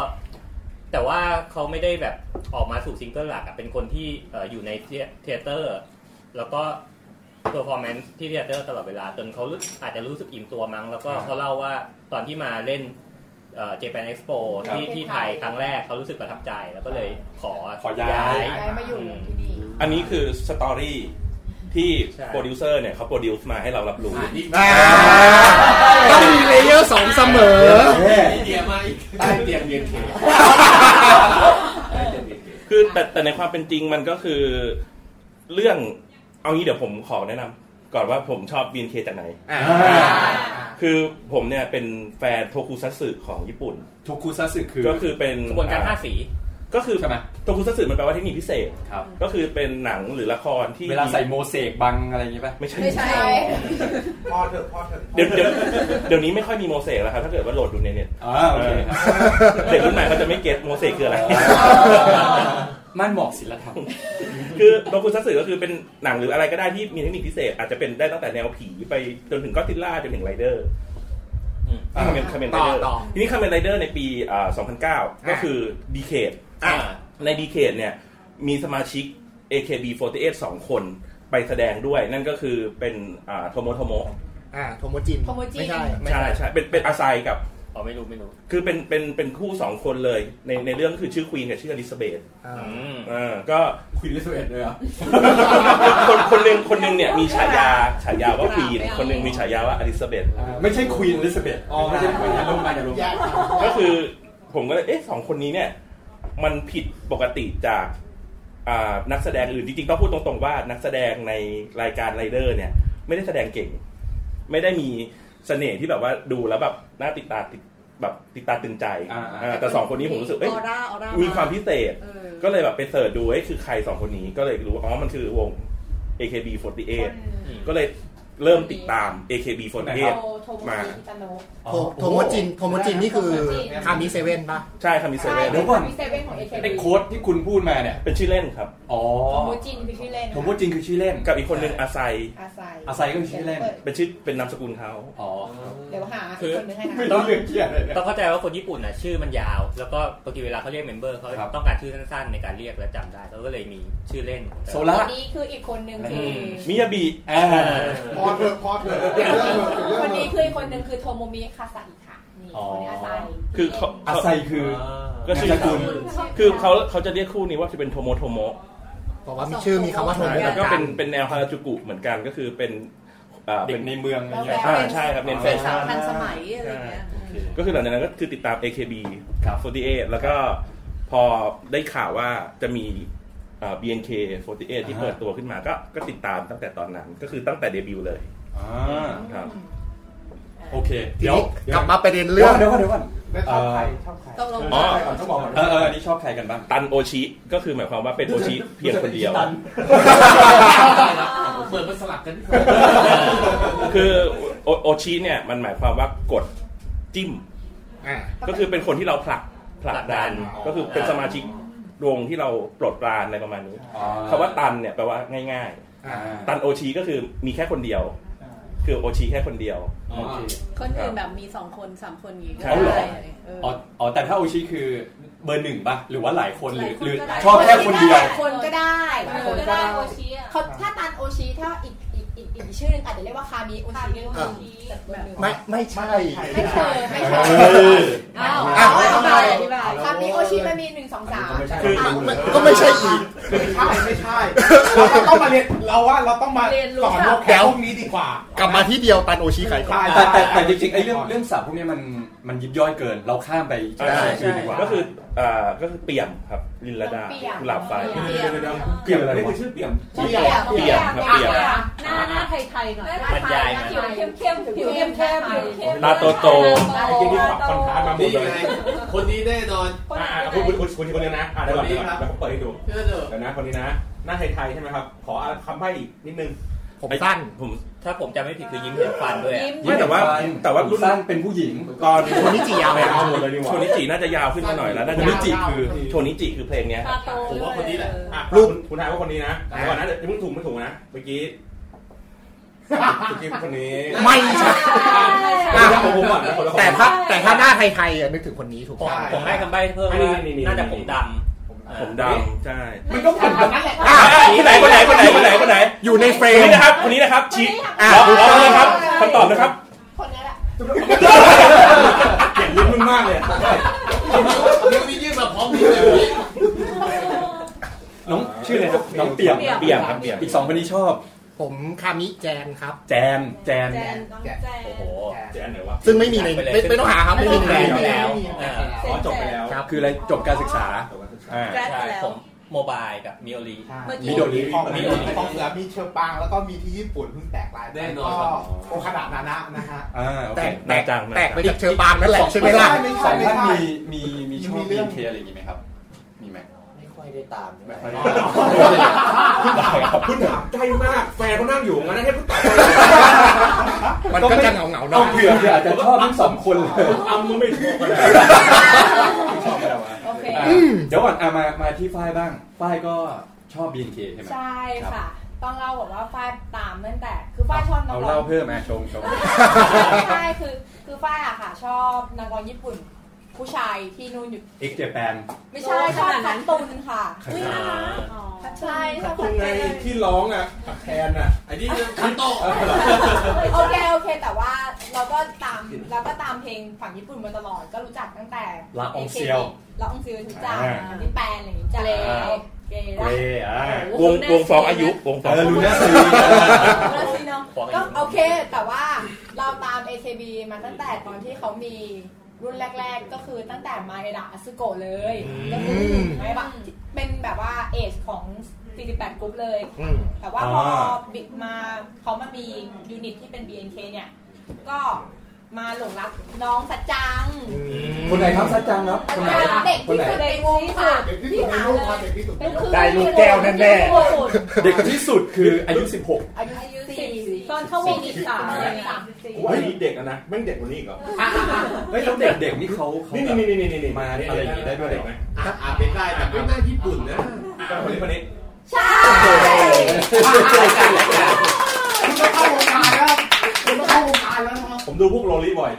แต่ว่าเขาไม่ได้แบบออกมาสู่ซิงเกิลหลักอะเป็นคนที่เอ่ออยู่ในเทเตอร์ แล้วก็เพอร์ฟอร์แมนซ์ที่เทเตอร์ตลอดเวลาจนเขารู้อาจจะรู้สึกอิ่มตัวมั้ง แล้วก็
อ่า
เขาเล่าว่าตอนที่มาเล่นเจแปนเอ็กซ์โปที่ที่ไทยครั้งแรกเขารู้สึกประทับใจแล้วก็เลยขอ
ขอย้าย
ย้ายมาอยู่ที่นี่
อันนี้คือสตอรี่ที่
ใช่
โปรดิวเซอร์เนี่ยเขาโปรดิวซ์มาให้เรารับรู้
ต้องมีเลเยอร์สองเสมอ
เดี๋ยวมาอีก
ใต้เตียงเย็นเคใต้เตียงเย็นเค
คือแต่แต่ในความเป็นจริงมันก็คือ เรื่องเอางี้เดี๋ยวผมขอแนะนำก่อนว่าผมชอบ BNK จากไหน คือผมเนี่ยเป็นแฟนโทคุซัตสึของญี่ปุ่น
ทุกคุซัสึคือ
ก็คือเป็น
กระบวนการห้าสี
ก็คือ
ใช่ไหม
โทคุซัตสึมันแปลว่าเทคนิคพิเศษ
ครับ
ก็คือเป็นหนังหรือละครที่
เวลาใส่โมเสกบังอะไรอย่างงี้ป่ะ
ไม่ใช่
ไม่ใช่
พ่อเถอะพ่อเถอะ
เดี๋ยวเดี๋ยวเดี๋ยวนี้ไม่ค่อยมีโมเสกแล้วครับ ถ้าเกิดว่าโหลดดูในเน็ต
อ่าโอเคครับ
เด็กรุ่นใหม่เขาจะไม่เก็ตโมเสกคืออะไร
ม่านหมอกศิลธรรม
คือโดคุซัตสึก็คือเป็นหนังหรืออะไรก็ได้ที่มีเทคนิคพิเศษ อาจจะเป็นได้ตั้งแต่แนวผีไปจนถึงก็อดซิลล่าจนถึงไรเดอร์
อืม
คาเมนคาเมนไร
ต่อ
เดอร์
ต่อ
ทีนี้คาเมนไรเดอร์ในปีอ่า2009 ก็คือดีเคด
อ่า
ในดีเคดเนี่ยมีสมาชิก AKB48 สองคนไปแสดงด้วย นั่นก็คือเป็นอ่าโทโมโทโม
อ่าโทโมจิน
โทโมจิน
ไม่ใช่ไม่
ใช่
ใช่
ใช่เป็นเป็นอาไซกับ
อ๋อไม่รู้ไม่รู้
คือเป็นเป็นเป็นคู่สองคนเลยในในเรื่องคือชื่อควีนกับชื่ออลิซาเบธ
อ่า
อืม
เออก็
ควีนลิสเอ็ดเลยเหรอ
คนคนหนึ่งคนหนึ่งเนี่ยมีฉายาฉายาว่าควีนคนหนึ่งมีฉายาว่าอลิซาเบธ
ไม่ใช่ควีนอลิซาเบธ
อ๋อไม่ใช่ควีนอย่าลงมาอย่าลง
แย
มาก
ก็คือผมก็เลยเอ๊ะสองคนนี้เนี่ย มันผิดปกติจากอ่านักแสดงอื่นจริงๆต้องพูดตรงๆว่านักแสดงในรายการไรเดอร์เนี่ย ไม่ได้แสดงเก่ง ไม่ได้มีเสน่ห์ที่แบบว่าดูแล้วแบบน่าติดตาติดแบบติดตาตึงใจ
อ่าๆ
เออแต่สองคนนี้ผมรู้สึก
อ
เอ๊ะ
อร่าออร่า
มี
มี
ความพิเศษ ก็เลยแบบไปเสิร์ชดูเอ้ยคือใครสองคนนี้ก็เลยรู้ว่าอ๋อมันคือวง AKB48 ก็เลยเริ่มติดตาม AKB48
โทโมจินตโน
โทโทโมจินโทโมจินนี่คือคามิเซเว่นป่ะ
ใช่คามิเซ
ใช่
เว่น
เดี๋ยวก่อนเซเว่นของเอเค
ไอ้โค้ดที่คุณพูดมาเนี่ย
เป็นชื่อเล่นครับ
อ๋อ
โทโมจินคือชื่อเล่น
ผมพูดจริงคือชื่อเล่น
กับอีกคนหนึ่งอาไซ
อาไซ
อาไซก็คือชื่อเล่น
เป็นชื่อเป็นนามสกุลเขา
อ๋อ
เดี๋ยวหาคนนึงให้นะ
ไม่ต้องเรื่องเกียร์เลยเนี่ย
ต้องเข้าใจว่าคนญี่ปุ่นน่ะชื่อมันยาว แล้วก็บางทีเวลาเขาเรียกเมมเบอร์เขา
ครับ
ต้องการชื่อสั้นๆในการเรียกและจำได้เขาก็เลยมีชื่อเล่น
โซล่า
คนนี้คืออีกคนหนึ่งคือ
มิยาบิ
อ่า
พ่อเถอะพ่อเถอะเดี๋ยวเรื่องเถอะเดี๋ยว
ค
เรื่อน ง
นี้
เถ
คืออีกคนหนึ่งคือโทโมมิคาซาอิค่ะนี่คนนี้อาไซ
คือเขา
อา
เขา
ไซคือ
ก็ชื่อ
นา
คุณ
ชื่
คือเขาเขาจะเรียกคู่นี้ว่าจะเป็นโทโมโทโมะ
บอกว่ามีชื่อมีคำว่าโทโม
แล้วก็
กั
เป็น นเป็นแนวฮาราจูกุเหมือนกันก็คือเป็นอ่า
เด็
เป็
ก
น
ในเมืองอะไรเงี้ย
อ่าใช่ครับเน้นแฟ
เป็น
ชั่น
สาวทันสมัยอะไรอย่างเงี้ย
ก็คือหลังจากนั้นก็คือติดตาม AKB
ครับ
48แล้วก็พอได้ข่าวว่าจะมี อ่า BNK48 ที่เปิดตัวขึ้นมาก็ก็ติดตามตั้งแต่ตอนนั้น ก็คือตั้งแต่เดบิวต์เลย
อ่า
ครับ
โอเค
ที
เดี๋ยว
นี้กลับมาประเด็น
เดี๋
เรื่
ย
อ
ว
ง
เดี๋ยวก่อนเดี๋ยวก่อนเออ
ไม่ชอบใครชอบใคร
ตกลง
อ๋อ
ก่อนต้องบอกก่อนเออเออนี่ชอบใครกันบ้าง
ตันโอชิก็คือหมายความว่าเป็นโอชิเพียงคนเดียว
เปิดมาสลับกัน
คือโอโอชิเนี่ยมันหมายความว่ากดจิ้ม
อ่า
ก็คือเป็นคนที่เราผลักผลักดัน
ผลักดัน
ก็คือเป็นสมาชิกวงที่เราโปลดปรานอะไรประมาณนี้
อ๋อ
คำว่าตันเนี่ยแปลว่าง่าย
อ่า
ๆ ตันโอชีก็คือมีแค่คนเดียว คือโอชีแค่คนเดียว
โอเค
คนอื่นแบบมีสองคนสามคนอย่างงี้ก็
เอาเหรอ
ได้เออ
อ๋ออ๋อแต่ถ้าโอชิคือเบอร์หนึ่งป่ะ หรือว่าหลายคนหรือหรือ
หลายคนก็
ชอบ
ได้
แค่คนเดียว
คนก็ได้
หลาย
ค
คนก็
นก็
ได้
ได้เขาถ้าตันโอชิถ้าอีกอีกอีกอีกชื่อหนึงอาจจะเรียกว่าคามิโอชิเรียกว่า
อ่ะ
คามิแต่เบอร์หนึ่ง
ไม่ไม่ใช่
ไม่เคยไม่เคย
อ้าว
อ้าว
อธิบายอธิบาย
คามิโอชิมันมีหนึ่งสองสาม
ไม่ใช่
คือ
คนเดียว
ก็ไม่ใช่อีก
ไม่ใช่ไม่ใช่เราต้องมาเรียนเราว่าเราต้องมา
เรียนรู้
สอนพวกแก
แล้ว
พวกนี้ดีกว่า
กลับมาที่เดียวตันโอชิไขก่อน
แต่แต่แต่จริงๆไอ้เรื่องเรื่องสับพวกเนี้ยมันมันยิบย่อยเกิน เราข้ามไปอีก
ใช่
ชื่อดีกว่า
ก็คืออ่าก็คือเปี่ยมครับลินลดา
เปี่ยม
กุหลาบไฟ
เปี่ยม
เดี๋ยวๆเปี่ยมอะไรนี่คือชื่อเปี่ยม
เปียก
เปียกครับเปียก
หน้าหน้าไทยๆหน่อย
บรรยายมา
ผิวเข้มเข้มๆผิวเข้มเข้มๆผิวเข้มๆ
ตาโตโต
ตา
ไอ้
โต
ที่
โต
ที่ปรับคอนทราสต์มาหม
นี่
ดเลย
ไงคนนี้แน่นอน
คน
อ่าๆ
ไหนค
คุณ
นไหน
คุณคุณคุณคนนี้นะอ่าเดี๋ยวก่อนเดี๋ยวก่อนแล้วผมเปิดให้ดู
เชื่อเถอะ
เดี๋ยวนะคนนี้นะ หน้าไทยๆใช่ไหมครับ ขอคำใบ้อีกนิดนึง
ผมสั้น
ผม
ถ้าผมจำไม่ผิดคือยิ้มเห็นฟันด้วยอะ
ยิ้ม
ไม่แต่ว่าแต่ว่ารุ่น
สั้นเป็นผู้หญิง
ตอน
โทนิจิยาว
ไป
ไป
เอาห
เอาห
ม
ม
ด
ด
เล
เลย ย
ดี
ดี
ก
ก
ว่า
ว่า
โชนิจิน่าจะยาวขึ้นมาหน่อยแล้วน่า
โท
จะ
นิจิคือ
โชนิจิคือเพลงเนี้ย
ตาโต
ผม
ด้ว
ว่าคนนี้
ย
แหละ
เออ
อ่ะ
รูป
คุณคุณทายว่าคนนี้นะเดี๋ยวก่อนนะเดี๋ยวเพิ่งถูกไม่ถูกนะ เมื่อกี้เมื่อกี้คนนี้
ไม่ใช่
อ่ะผมผมก่อนนะคนละคน
แต่ถ้าแต่ถ้าหน้าไทยๆอ่ะนึกถึงคนนี้ถูก
ผม
ต้อง
ผมให้คำใบ้เพิ่ม
อันนี้
ว่า
นี่นี่
น่าจะ
นี่
ผมด
ผมดำใช่
มันก็ผ่านแบบนั้นแหละ
อ่ะ
คนไหนคนไหนคนไหนคนไหนคนไหน
อยู่ในเฟร
คน
ม
นี้นะครับคนนี้นะครับชี้
อ่ะ
ล็อกล็อกเลยครับคำตอบนะครับ
คนนี้แหละ
เก่งลิ้นมึงมากเลยอ่ะ
นิ้วนี้ยื่นมาพร้อมนิ้วเลย
น้องชื่ออะไรครับน้องเปี่ยม
เปี่
เปี่ยม
ยมครับเปี่ยม
อีกสองคนนี้ชอบ
ผมคามิแจนครับ
แจนแจน
แจนน้องแจ
ำ โอ้
น
โห
เจ๊อันไหนวะ
ซึ่งไม่มีในไม่ไม่ต้องหาครับไม่มีใน
ไม่มีแล้ว
อ๋อจบไปแล้ว
ครับ
คืออะไรจบการศึกษา
จบแล้ว
อ่า
แกรด
ใช่
แล้ว
ผมโมบายกับมิโอรี
เมื่อ
มี
กี้
โดริ
ของ
มี
มี
โดริ
ของเสือมีเชอร์ปาง แล้วก็มีที่ญี่ปุ่นเพิ่งแตกลายไป
แน่นอนครับ
ก็โอคาดานานะนะฮะ
อ่าโอ
แต
เค
ก
หน้า
แต
จัง
ก
หน้าจัง
แตกไปจากเชอปางนั่นแหละใช่ไหมล่ะ
ไม่ใช่
สอง
ไม่ใช่
ท่านมีมีมีชอบมีเคอะไรอย่างงี้ไหมครับ มีไหม
ไม่ค่อยได้ตามเท่าไหร่
คุณถามใกล้มาก แฟนเขานั่งอยู่งั้นให้คุณตอบ
มันก็จะเหงาเหงาๆหน่
ต้
อ
อง
ย
เผื่อเผื่ออาจจะชอบทั้งสองคนเลย
อัมมันไม่ถูกกันเลย
ชอบไม่ ได้วะ
โอเค
อ่ะเดี๋ยวก่อนอ่ะมามาที่ฝ้ายบ้างฝ้ายก็ชอบ BNK ใช่ไหม
ใช่ค่ะ ต้องเล่าบอกว่าฝ้ายตามตั้งแต่ คือฝ้ายชอบนัก
เอา
ร้อง
เล่าเพิ่มมาชงชง
ใช่คือคือฝ้ายอะค่ะ ชอบนักร้องญี่ปุ่น ผู้ชายที่นู่นอยู่
X Japan
ไม่ใช่ชอบคัตตุนค่ะ
อุ๊ยน่ารัก
อ๋อ
ใช่ชอบ
ตร
คั
ง
ต
ไง
ตุน
ที่ร้องอ่ะแทนอ่ะ
ไอ้นี่เรื่องคันโตะ
โอเคโอเค แต่ว่าเราก็ตามเราก็ตามเพลงฝั่งญี่ปุ่นมาตลอดก็รู้จักตั้งแต่
ละอองเซียว
ละอองเซียวทุกจ้า
อ่า
อันนี้แปลนอะไรอย่างงี้จ้าเกย์
เกรย์อ่ะ
วงวงฟองอายุวงฟ
เออ
องอายุ
ลูน่าซี
แล้วสิเนาะ
ฟองอา
ก็
ยุ
โอเค แต่ว่าเราตาม AKB มาตั้งแต่ตอนที่เขามีรุ่นแรก ๆ ก็คือตั้งแต่มาเอดะอ s ุโกะเลยก็คือไม่แบบเป็นแบบว่าเอจของ 48 กรุ๊ปเลย
อืม
แต่ว่าพอบิดมาเขามามียูนิตที่เป็น BNK เนี่ย ก็มาหลงรักน้องสัจจัง
คนไหนครับซัดจังครับ
สัจ
คนไหน
จังเด็ก
คน
ที่
ไหน
สุดในวงค่ะ
เด็กที่สุดในโลกครับเด็กที่สุดในโลก
เป็นคือ
ได้ลูกแก้วแน่ๆ
โอ้โห
เด็กที่สุดคืออายุ 16
อายุสี่
ตอนเข้าวงที่สามอะไรเงี้ย
ว่าอันนี้เด็กนะแม่งเด็กกว่านี้อีกเหรอ
เฮ้ยแล้วเด็กๆนี่เขาเขา
นี่
แบบ
นี่นี่นี่นี่มาอะไรอย่างนี้ได้ด้วยไหม
อ่ะอาจเป็นได้แต่ไม่น่าญี่ปุ่นนะ
คนนี้คนนี้
ใช่
คุณต้องเข้าวงการแล้วคุณต้องเข้าวงการแล้วนะครับ
ผมดูพวกโรลี่บ่อย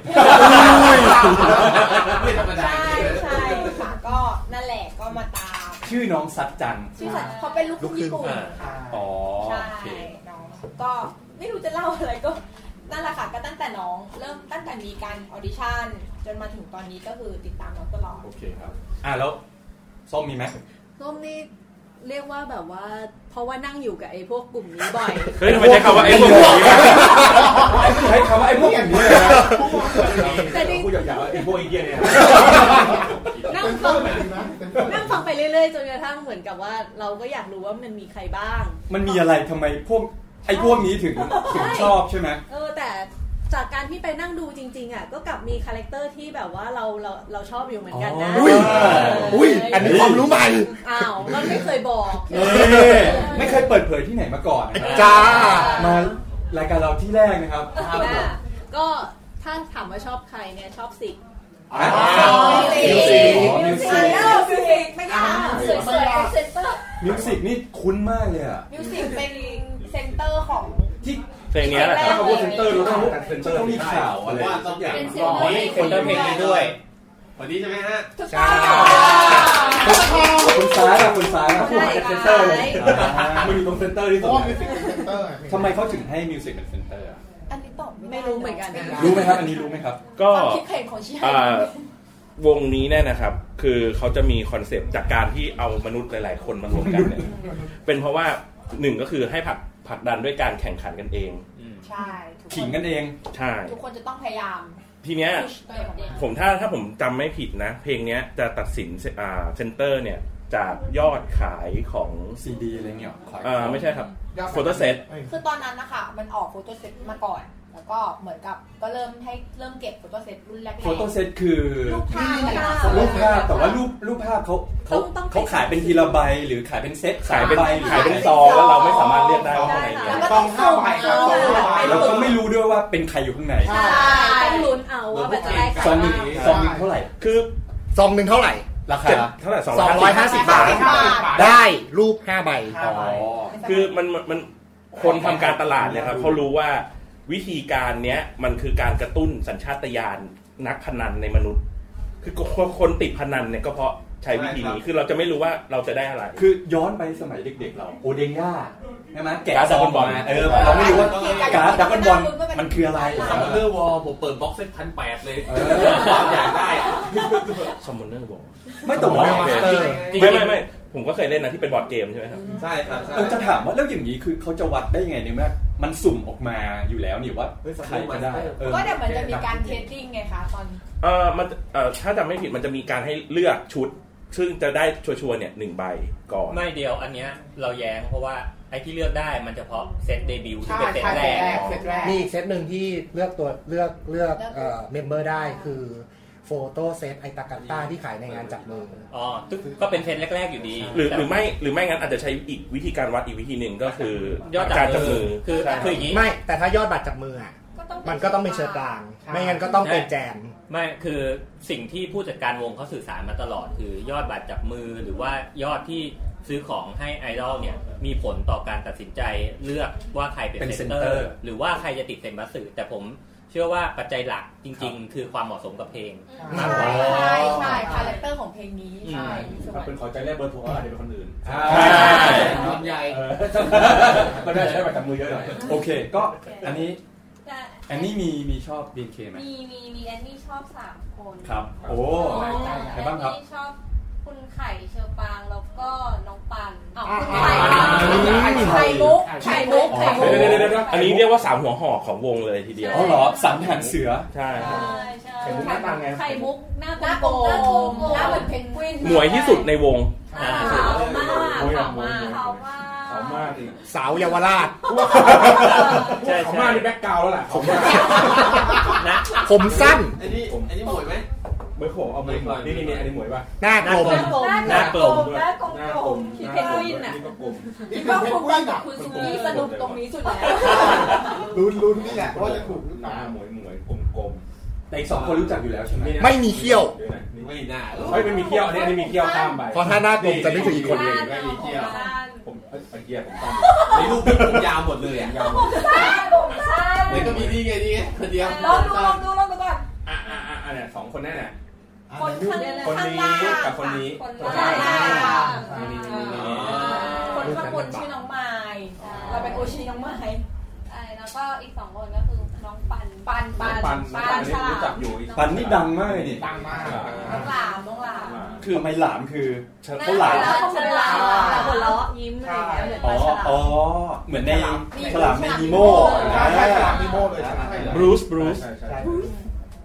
ไม่ธรรมดา
ใช่ใช่ค่ะก็นั่นแหละก็มาตาม
ชื่อน้องซัดจัง
ชื่อสัตว์เขาเป็นลูกครึ่งญี่ปุ่นค่ะ
อ๋อ
ใช่
โอเค
น้องก็ไม่รู้จะเล่าอะไรก็นั่นแหละค่ะก็ตั้งแต่น้องเริ่มตั้งแต่มีการออดิชั่น จนมาถึงตอนนี้ก็คือติดตามน้องตลอด
โอเคครับอ่ะแล้วส้มมีไหม
ร่มนี่เรียกว่าแบบว่า เพราะว่านั่งอยู่กับไอ้พวกกลุ่มนี้บ่อย
เฮ้ยทำไมใช้คำว่าไอ้พวก
ใช้คำว่าไอ้พวกอย่างนี้เลยนะ
แต่จริง
พูดหยาบๆไอ้พวกไอ้เหี้ยเนี่ย
น่า นั่งฟั งนั่งฟังไปเรื่อยๆจนกระทั่งเหมือนกับว่า เราก็อยากรู้ว่ามันมีใครบ้าง
มันมีอะไรทำไมพวกไอ้พวกนี้ถึงถึงชอบใช่ไหม
เออแต่จากการที่ไปนั่งดูจริงๆอ่ะก็กลับมีคาแรคเตอร์ที่แบบว่าเราเราเราชอบอยู่เหมือนกันนะ
อ๋ออุ้ย
เ
อุ้ย อันนี้ความรู้ใหม่
อ้าวเราไม่เคยบอก
เอ้ยไม่เคยเปิดเผยที่ไหนมาก่อนนะครั
จ้า
มารายการเราที่แรกนะครับ
อ่ะก็ถ้าถามว่าชอบใครเนี่ยชอบสิก
อ่ะ
มิวสิก
อ๋อมิวสิก
มิวสิกไม่ใช่
สวยๆเซ็นเตอร์
มิวสิกนี่คุ้นมากเลยอะ
มิวสิกเป็นเซนเตอร์ของ
ที่
เพลงเนี้ยแหละครับ
ถ้าเขาพูดเซนเตอร์เราต้อง
แต่เซ็นเตอร์
ต้องมีข่าวอะไร
ว่าต้องอย่าง
เป็นเซ็น
ร้อ
เตอ
ย
ร์ให้
ค
คน น
ละ
ละ
เพ
เพ
ลง
ลง
นี้
นี้
ด้
ด้
ว
วย ย
วันนี้ใช่ไหมฮะ
ถูกต้อง
คุณซ้ายอะคุณซ้ายอะพูด
ไม่
จาก
ใช่
เซนเตอร์เลย
มันอยู่ตรงเซ็นเตอร์ที่
เพ
สุด
ราะว่ามิวสิกเซ็นเตอร์
ทำไมเขาถึงให้มิวสิกเป็นเซนเตอร์อะ
อันนี้ตอบ
ไม่รู้เหมือนกันนะ
รู้ไหมครับ อันนี้รู้ไหมครับ
ก็
ความคิดเห็นของชิฮั
อ่าน วงนี้เนี่ยนะครับ คือเขาจะมีคอนเซปต์จากการที่เอามนุษย์หลาย ๆ คนมารวมกันเนี่ยเป็นเพราะว่าหนึ่งก็คือให้ผลักผลักดันด้วยการแข่งขันกันเอง
ใช่ทุกค
ขิง
น
กันเอง
ใช่
ทุกคนจะต้องพยายาม
ทีเนี้ย
พุชตัวเองออกมา
ผมถ้าถ้าผมจำไม่ผิดนะ เพลงเนี้ยจะตัดสินอ่าเซนเตอร์เนี่ยจากยอดขายของ
ซีดีอะไรเงี้ยหรอขาย
อ่าไม่ใช่ครับโฟโต้เซต
คือตอนนั้นนะคะมันออกโฟโต้เซตมาก่อน แล้วก็เหมือนกับก็เริ่มให้เริ่มเก็บโฟโต้เซตรุ่นแรกๆ
โฟโต้เซตคือ
รูปภาพแต่ละ
รูปภาพแต่ว่ารูปรูปภาพเขาเขาเขาขายเป็นทีละใบหรือขายเป็นเซต
ขายเป็น
สมใบหรือ
ขายเป็นซองแล้วเราไม่สามารถเรียกได้ว่าอะไหร
ใช่
เนี่ย
ค่ะ
แล้วก็ต้อง
ห้า
ส่ง
ใบ
เอ
ครับ
อ
ต้องห้าใบ
เราก็ไม่รู้ด้วยว่าเป็นใครอยู่ข้างใน
ใช่
ต้องลุ้นเอาว่ามันจะได้ใคร
ซองหนึ
บ้าง ง
ซองหนึงเท่าไหร่
คือ
ซองหนึ่งเท่าไหร่
ราคา
เจ็ดเท่าไหร่สองร้อยห้าสิบ
250 บาท
ได้
ได้รูปห้าใบ
อ๋อ
คือมันมันมันคนทำการตลาดเนี่ยครับเขารู้ว่าวิธีการเนี้ยมันคือการกระตุ้นสัญชาตญาณนักพนันในมนุษย์ คือคนคนติดพนันเนี่ยก็เพราะใช้วิธีนี้คือเราจะไม่รู้ว่าเราจะได้อะไร
คือย้อนไปสมัยเด็กๆเราโอเดงย่าใช่ไหมแกะ
การ์ด
ซอง
ดราก้อนบอล
มาเออเราไม่รู้ว่าการ์ดดักบอลมันคืออะไร
ซัมเมอร์วอลผมเปิดบ็อกเซ็ตพันแปดเลย
เอ
ความอยากได้อะ
คอมมอนเนอร์บอก
อไม่แต่ว่า
ไม่ไม่ไม่ผมก็เคยเล่นนะที่เป็นบอร์ดเกมใช่ไหมครับ
ใช่ครับใช่
เออจะถามว่าแล้วอย่างนี้คือเขาจะวัดได้ยังไงเนี่ยแม่มันสุ่มออกมาอยู่แล้วนี่ว่าใครจะได้เออ
ก็เดี๋ยวมันจะมีการเทสติ้งไงคะตอน
เออมันเออถ้าจำไม่ผิดมันจะมีการให้เลือกชุด ซึ่งจะได้ชัวร์ๆเนี่ยหนึ่งใบก่อน
ไม่เดียวอันเนี้ยเราแย้งเพราะว่าไอ้ที่เลือกได้มันเฉพาะเซตเดบิวต์ที่
ใช่
เป็นเซต
ใช่
แรก
เสร็จแรก
มีอีกเซตหนึ่งที่เลือกตัวเลือกเลือกเมมเบอร์ได้คือโฟโต้เซตไอตากันต้าที่ขายในงานจับมือ
อ๋อตึกก็เป็นเทรนด์แรก ๆ อยู่ดี
หรือหรือ
แต่
ไม่หรือไม่งั้นอาจจะใช้อีกวิธีการวัดอีกวิธีหนึ่งก็คือย
อด
กา
จั
ร
บ
จับ
มื
มื
อ
อ
คือคืออย่างนี้
ไม่ แต่ถ้ายอดบัตรจับมืออ่ะ มันก็ต้องเป็นเชิญกลาง
ใช่
ไม่งั้นก็ต้องเป็นแจม
ไม่คือสิ่งที่ผู้จัดการวงเขาสื่อสารมาตลอด คือยอดบัตรจับมือหรือว่ายอดที่ซื้อของให้ไอดอลเนี่ยมีผลต่อการตัดสินใจเลือกว่าใครเป็น
เป็น
เซนเตอ
center
ร์ หรือว่าใครจะติดเซนบัสสื่อแต่ผมเชื่อว่าปัจจัยหลักจริง ๆ คือความเหมาะสมกับเพลง
ใช่ใช่ใช่คาแรคเตอร์ของเพลงนี้ใช่ส่วน
ถ้าเป็นขอใจแรกเบอร์โทรอาจจะเป็นคนอื่น
ใช่
ลำใหญ่
เออมันน่าจะได้ประจำมือเยอะหน่อย
โอเค ก็อันนี้
แต่
อันนี้มีมีชอบ BNK ไหม
มีมีมีแอนนี่ชอบสามคน
ครับ โอ้ใคร
แอน
บ้างครับ
นี่ชอบคุณไข่เชอปางแล้วก็น้องปัน
อ้าว
คุณ
ไข่
ไข่
ไข่มุกไข่มุกไข่มุก
เดี๋ยวเดี๋ยวเดี๋ยวเดี๋ยวอันนี้เรียกว่าสามหัวหอกของวงเลยทีเดียว
อ๋อเหรอสันหางเสือ
ใช่ครับ
ใช่ใช่
ไข่มุกหน้าตาไง
ไข่มุกหน้า
หน้า
โก
โก
ง
ง
หน้าโกง
หน้าเหมือนเพนกวิน
หน่วยที่สุดในวง
ขาวมากขาวมากขาวมาก
ขาวมากดิ
สาวเยาวราช
ใช่ใช่
ขาวมากในแบ็คกราวด์แล้วล่ะขาวมาก
นะ
ผมสั้น
ไอ้นี่ไอ้นี่หมดไหม
เบอร์โขงเอาเบอร์โขงนี่นี่นี่อันนี้หมวยป่ะ
หน้ากลม
หน้า
หน้ากลม
หน้ากลม
หน้ากลม
คิดเพนกวินอ่ะ
นี่ก็กลม
คิดว่าคุณบอลกับคุณซูนี่สนุกตรงนี้สุดแล้ว
ลุ้นลุ้นนี่แหละว่าจะถูกหรือ
ห
เป
น้า
ล่า
หมวยหมวยกลมกลม
แต่อีกสองคนรู้จักอยู่แล้วใช่ไหม
ไม่มีเขี้ยว
เดี๋ยวนะนี่
ไม่น่าหรอก
เฮ้ยมันมีเกี้ยวอันนี้อันนี้มีเกี้ยวข้ามไป
เพราะถ้าหน้ากลมจะนึกถึงอีกคนเดียว
หน้า
มี
ของ
เกี้ยว
บ้าน
ผมเอ้ยไอ้เกี้ยวผมตั้ง
ในรูปนี้ผมยาวหมดเลยอ่ะ
ยาว
เหมือนก็มีนี่ไงนี่ไงคนเดียว
ลองดูลองดูลองดูก่อน
อ่ะอ่ะอ่ะอันเนี้ยสองคนแน่เนี่ย
คนข้าง
ค
คน น
นี้กับคนนี้
ข้างล่าง
คนข้างบนชื่อน้องไม้เราเป็นโอชิน้องไม้
ใช่แล้วก็อีกสองคนก็คือน้องปัน
ปันปัน
ปัน
ปัน
น
ฉลา
รู้จั
ม
กอยู่อีก
ปันนี่ดังมากเลยนี่
ดังมาก
น้องหลามน้องหลาม
คือไม่หลามคือ
เขา
เขาห
หลา
ลาม
ย
ฉลาด
หัวเราะยิ้มอะไรอย่างเงี้ยเห
อ๋
มื
อ
อนปลาฉลาม
อ๋อเหมือนในฉลามในนีโม่
ใช่ใช่ใช่ใช่ใช่
บรูซบรูซ
ใช่ใช่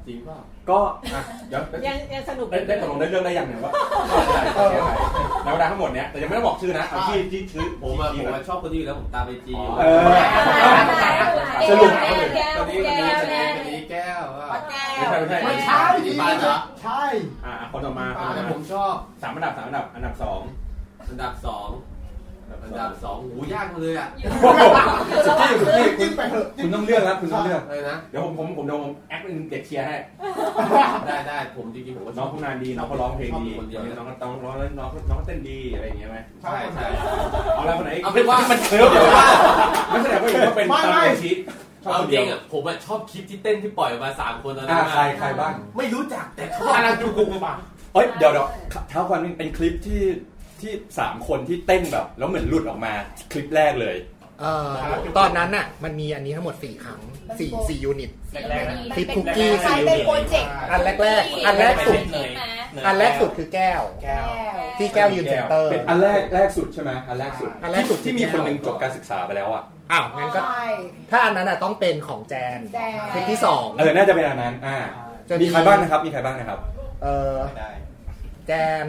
จริงเปล่าก็อ่ะเดี๋ยว
ยังยังสนุก
ได้ได้ตกลงได้เรื่องได้ยังเนี่ยว่าว่าอะไรว่าอะไรในเวลาทั้งหมดเนี้ยแต่ยังไม่ต้องบอกชื่อนะเอาที่ที่ชื่อ
ผมอะผมอะชอบคนที่อยู่แล้วผมตามไอจีอยู่
เออ
ส
สรุ
รุ
ป
ปแก้ว
คนนี้
แก้
คนนี้คน
วแก้
นี้คน
ว
นี้แก้วอะ
แก้
ไม่
ว
ใช่ไม่ใช่
ไม่ใช่ดิ
ปานเหรอ
ใช่
อ่ะอ่ะคนต่อมา
ปานอะผมชอบ
สามอันดับสามอันดับอันดับสอง
อันดับสองอันดับสองโอ้ยากมาเลยอ่ะ
โอ้โห
สุกี้สุกี้จิ้มไปเถอะ
คุณต้องเลือกแล้วคุณต้องเลือก
อะไรนะ
เดี๋ยวผมผมผมเดี๋ยวผมแอคเป็นเด็กเชียร์ให้
ได้ได้ผมจริงๆผมก็ช
น้
อ
อบ งผู้นานดีน้องเขาร้องเพลงดี
ชอบคนเดียว
น้องก็ต้องร้องน้องน้องก็เต้นดีอะไรอย่างเงี้ยไหม
ใช่ใช่
เอาแล้วคนไหน
เอาเป็นว่ามัน
เดี๋ยวเดี๋ยวว่าไม่แสดงว่าอย่างนี้ก็เป็นตามโอชิชอบ
เอา
คน
จ
เดี
ริ
ยว
งอ่ะผมอะชอบคลิปที่เต้นที่ปล่อยมาสามคนตอนนั้
อ่านใคร
อะ
ใครบ้าง
ไม่รู้จักแต่ชอบ
อะไรจุกกุกมา
เอ้ยเดี๋ยวเดี๋ยวเท้าความนิดนึงเป็นคลิปที่ที่สามคนที่เต้นแบบ แล้วเหมือนหลุดออกมาคลิปแรกเลย
เอ่อตอนนั้นน่ะมันมีอันนี้ทั้งหมด 4 ครั้ง4 4ยูนิต
แรกๆนะ
คลิปคุกกี้
ใช้
4ยู
เป็น
นิต
โปรเจกต์
อันแรกๆ อันแรกสุด
เนย
อันแรกสุดคือแก้ว
แก้ว
แก้ว
ที่แก้วยืนเซ็นเตอร์
เป็นอันแรกแรกสุดใช่ไหมอันแรกสุด
อันแรกสุด
ที่มีคนหนึ่งจบการศึกษาไปแล้วอ่ะ
อ้าวงั้นก็
ใช่
ถ้าอันนั้นน่ะต้องเป็นของแจน
แจน
คลิปที่
เออน่าจะเป็นอันนั้นอ่า
จะมี
มีใครบ้างนะครับมีใครบ้างนะครับ
2เออ
ได้
แจน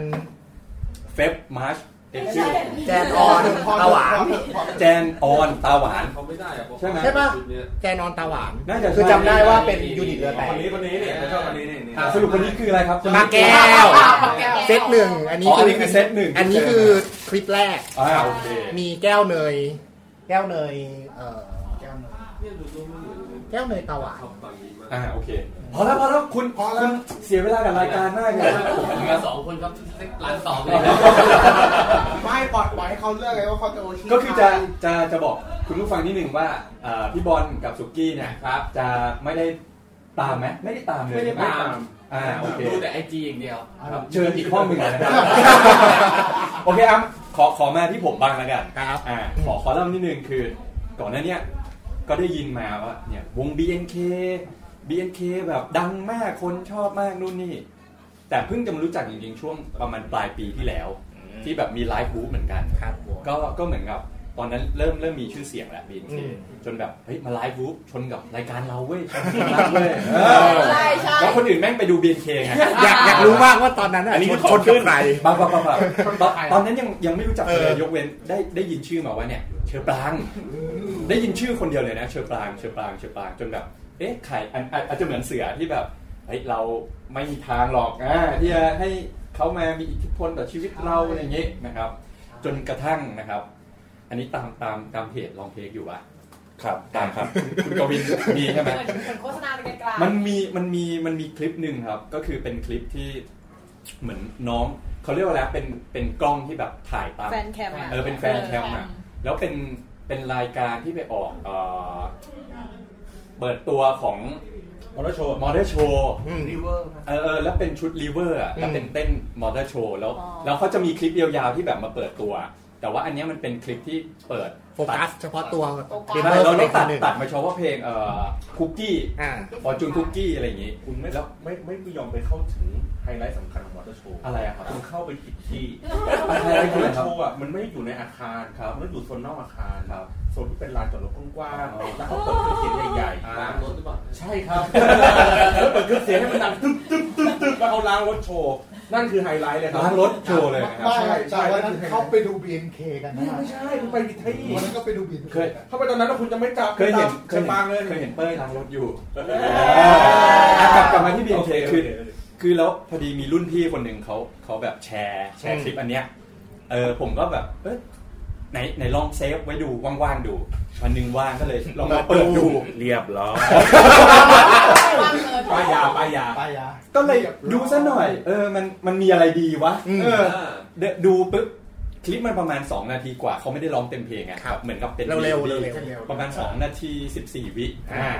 เฟบมาร์ชเด็กชื่อ
แจนออนตาหวาน
แจนออนตาหวาน
เขาไม่ได้อะผม
ใช่ไหม
ใช่ปะ
ชุดเนี้ย
แจนออนตาหวาน
น่าจะ
คือจำได้ว่าเป็น
นี่
ยูนิตเรือแต
ค
ก
นนี้คนนี้
ผมชอบคนนี้นี่นี่อ่ะสรุปคนนี้คืออะไรครับ
มาแก้วเซตหนึ่งอันนี้
อ๋ออันนี้คือเซตหนึ่ง
อันนี้คือคลิปแรก
อ่าโอเค
มีแก้วเนย แก้วเนยเอ่อ
เนี่ยดูดูไม่เหมือนเลย
แก้วเนยตาหวาน
เขาฟังดีมาก
อ่าโอเคพอแล้วพอแล้วคุณพอแล้วเสียเวลากับรายการมากเลย
ผมมีกันสองคนครับร้านสองเลย
ไม่ปล่อยปล่อยให้เขาเลือกเลยว่าเขาจะโอชิ
ก็คือจะจะจะบอกคุณผู้ฟังนิดหนึ่งว่าเอ่อพี่บอลกับสุกี้เนี่ยครับ จะไม่ได้ตามไหมไม่ได้ตามเลย
ไม่ได้ตาม
อ่าโอเค
ดูแต่ไอจีอย่างเดียว
ครับเชิญอีกห้องหนึ่งเลยนะครับ โอเคอ่ะขอขอมาที่ผมบ้างแล้วกัน
ครับ
อ่าขอขอเล่านิดนึงคือ ก่อนหน้าเนี้ยก็ได้ยินมาว่าเนี่ยวง BNK BNK แบบดังมากคนชอบมากนู่นนี่ แต่เพิ่งจะมารู้จักจริงๆช่วงประมาณปลายปีที่แล้ว ที่แบบมีไลฟ์บู๊เหมือนกัน
ครับ
ก็ก็เหมือนกับตอนนั้นเริ่มเริ่มมีชื่อเสียงแล้วบีน
อืม
จนแบบเฮ้ยมาไลฟ์บู๊ชนกับรายการเราเว้ยชนกับเราเว้ยเออ
ใช่ใช่
แล้วคนอื่นแม่งไปดูบีนเคไง
อยากอยากรู้มากว่าตอนนั้นอ่ะ
อันนี้
ช
คื
น
อของ
ชนกับ
ขึ้น
ใคร
บ้าบ้าบ้าบ้าตอนตอนนั้นยังยังไม่รู้จัก
เอ
เล
อ
ยยกเว้นได้ได้ยินชื่อมาว่าเนี่ยเชอปราง ได้ยินชื่อคนเดียวเลยนะ เชอปรางเชอปรางเชอปรางจนแบบเอ๊ะใครอันอันอาจจะเหมือนเสือที่แบบเฮ้ยเราไม่มีทางหรอกอ่าที่จะให้เขามามีอิทธิพลต่อชีวิตเราอะไรอย่างเงี้ยนะครับ จนกระทั่งนะครับ อันนี้ตามตามตามเพจลองเพลงอยู่ปะ
ครับ ตามครับ
คุณคุณกวินมีใช่ไหม
เหมือนเหมือนโฆษณาเป็นกลาง
มันมีมันมีมันมีคลิปหนึ่งครับ ก็คือเป็นคลิปที่เหมือนน้องเขาเรียกว่าอะไรเป็นเป็นกล้องที่แบบถ่ายตาม
แฟนแคมอะ
เออเป็นแฟนแคมอะแล้วเป็นเป็นรายการที่ไปออกเอ่อเปิดตัวของ
มอเตอร์โชว์
มอเตอร์โชว์
อืม
รีเวอร์
เออเออแล้วเป็นชุดลีเวอร์อะแล้วเป็นเต้นมอเตอร์โชว์แล้ว
อ๋อ
แล้วเขาจะมีคลิปยาวๆที่แบบมาเปิดตัว แต่ว่าอันเนี้ยมันเป็นคลิปที่เปิด
โฟกัสเฉพาะตัว
ตัด
เบอร์
เราเราตัด
หนึ่ง
ตัดมาโชว์ว่าเพลงเอ่อคุกกี้
อ่า
ฟอร์จูนคุกกี้อะไรอย่างงี้
คุณไม่แล้วไม่ไม่ยอมไปเข้าถึงไฮไลท์สำคัญของมอเตอร์โชว์
อะไรอะครับ
คุณเข้าไปผิดที่
อะ
ไฮ
ไร
ไลท์ข
คือ องอะ
มอ
ไร
เตอร์
ครับ
โชว์อ่ะมันไม่ได้อยู่ในอาคาร
ครับ
มันอยู่โซนนอกอาคาร
ครับ
โซนที่เป็นลานจอดรถกว้างๆแล้วเขาเปิดเครื่องเสียงใหญ่
อ่า
ๆล้างร
ร
ถ
ถหรือเปล่า
ใช่ ครับแล้วเปิดเครื่องเสียงให้มันดังตึ๊บตึ๊บตึ๊บตึ๊บแล้วเขาล้างรถโชว์นั่นคือไฮไลท์เลยครับ
ล้างรถโชว์เลยนะครับ
ไม่แต่วันนั้นเขาไปดู BNK กันนะ
ไม่ไม่ใช่คุณไปผิดที่
วันนั้นก็ไปดู BNK
เคย
เข้าไปตอนนั้นแล้วคุณจะไม่จับ
เคยเห็น
เคยปางเลย
เคยเห็นเป้ยล้างรถอยู่
อ
กลับกลับมาที่
โอ
BNK
เค
คือ
โอเค
คือแล้วพอดีมีรุ่นพี่คนหนึ่งเขาเขาแบบแชร์แชร์
อืม
คลิปอันเนี้ยเออผมก็แบบเอ้ยไหนไหนลองเซฟไว้ดูว่างๆดูวันหนึ่งว่างก็เลย ลองมาเปิดดู
เรียบร้อย
ว่างเลย
ป้ายาป้ายา
ไปอ่ะ
ก็เลยดูซะหน่อย เออมันมันมีอะไรดีวะ
อืม
เออเดยวดูปุ๊บคลิปมันประมาณ 2 นาทีกว่าเขาไม่ได้ร้องเต็มเพลงอะ
ครับ
เหมือนกับเป็น
เร็วเร็วเร็วเร็ว
ประมาณ 2 นาที 14 วิอ่า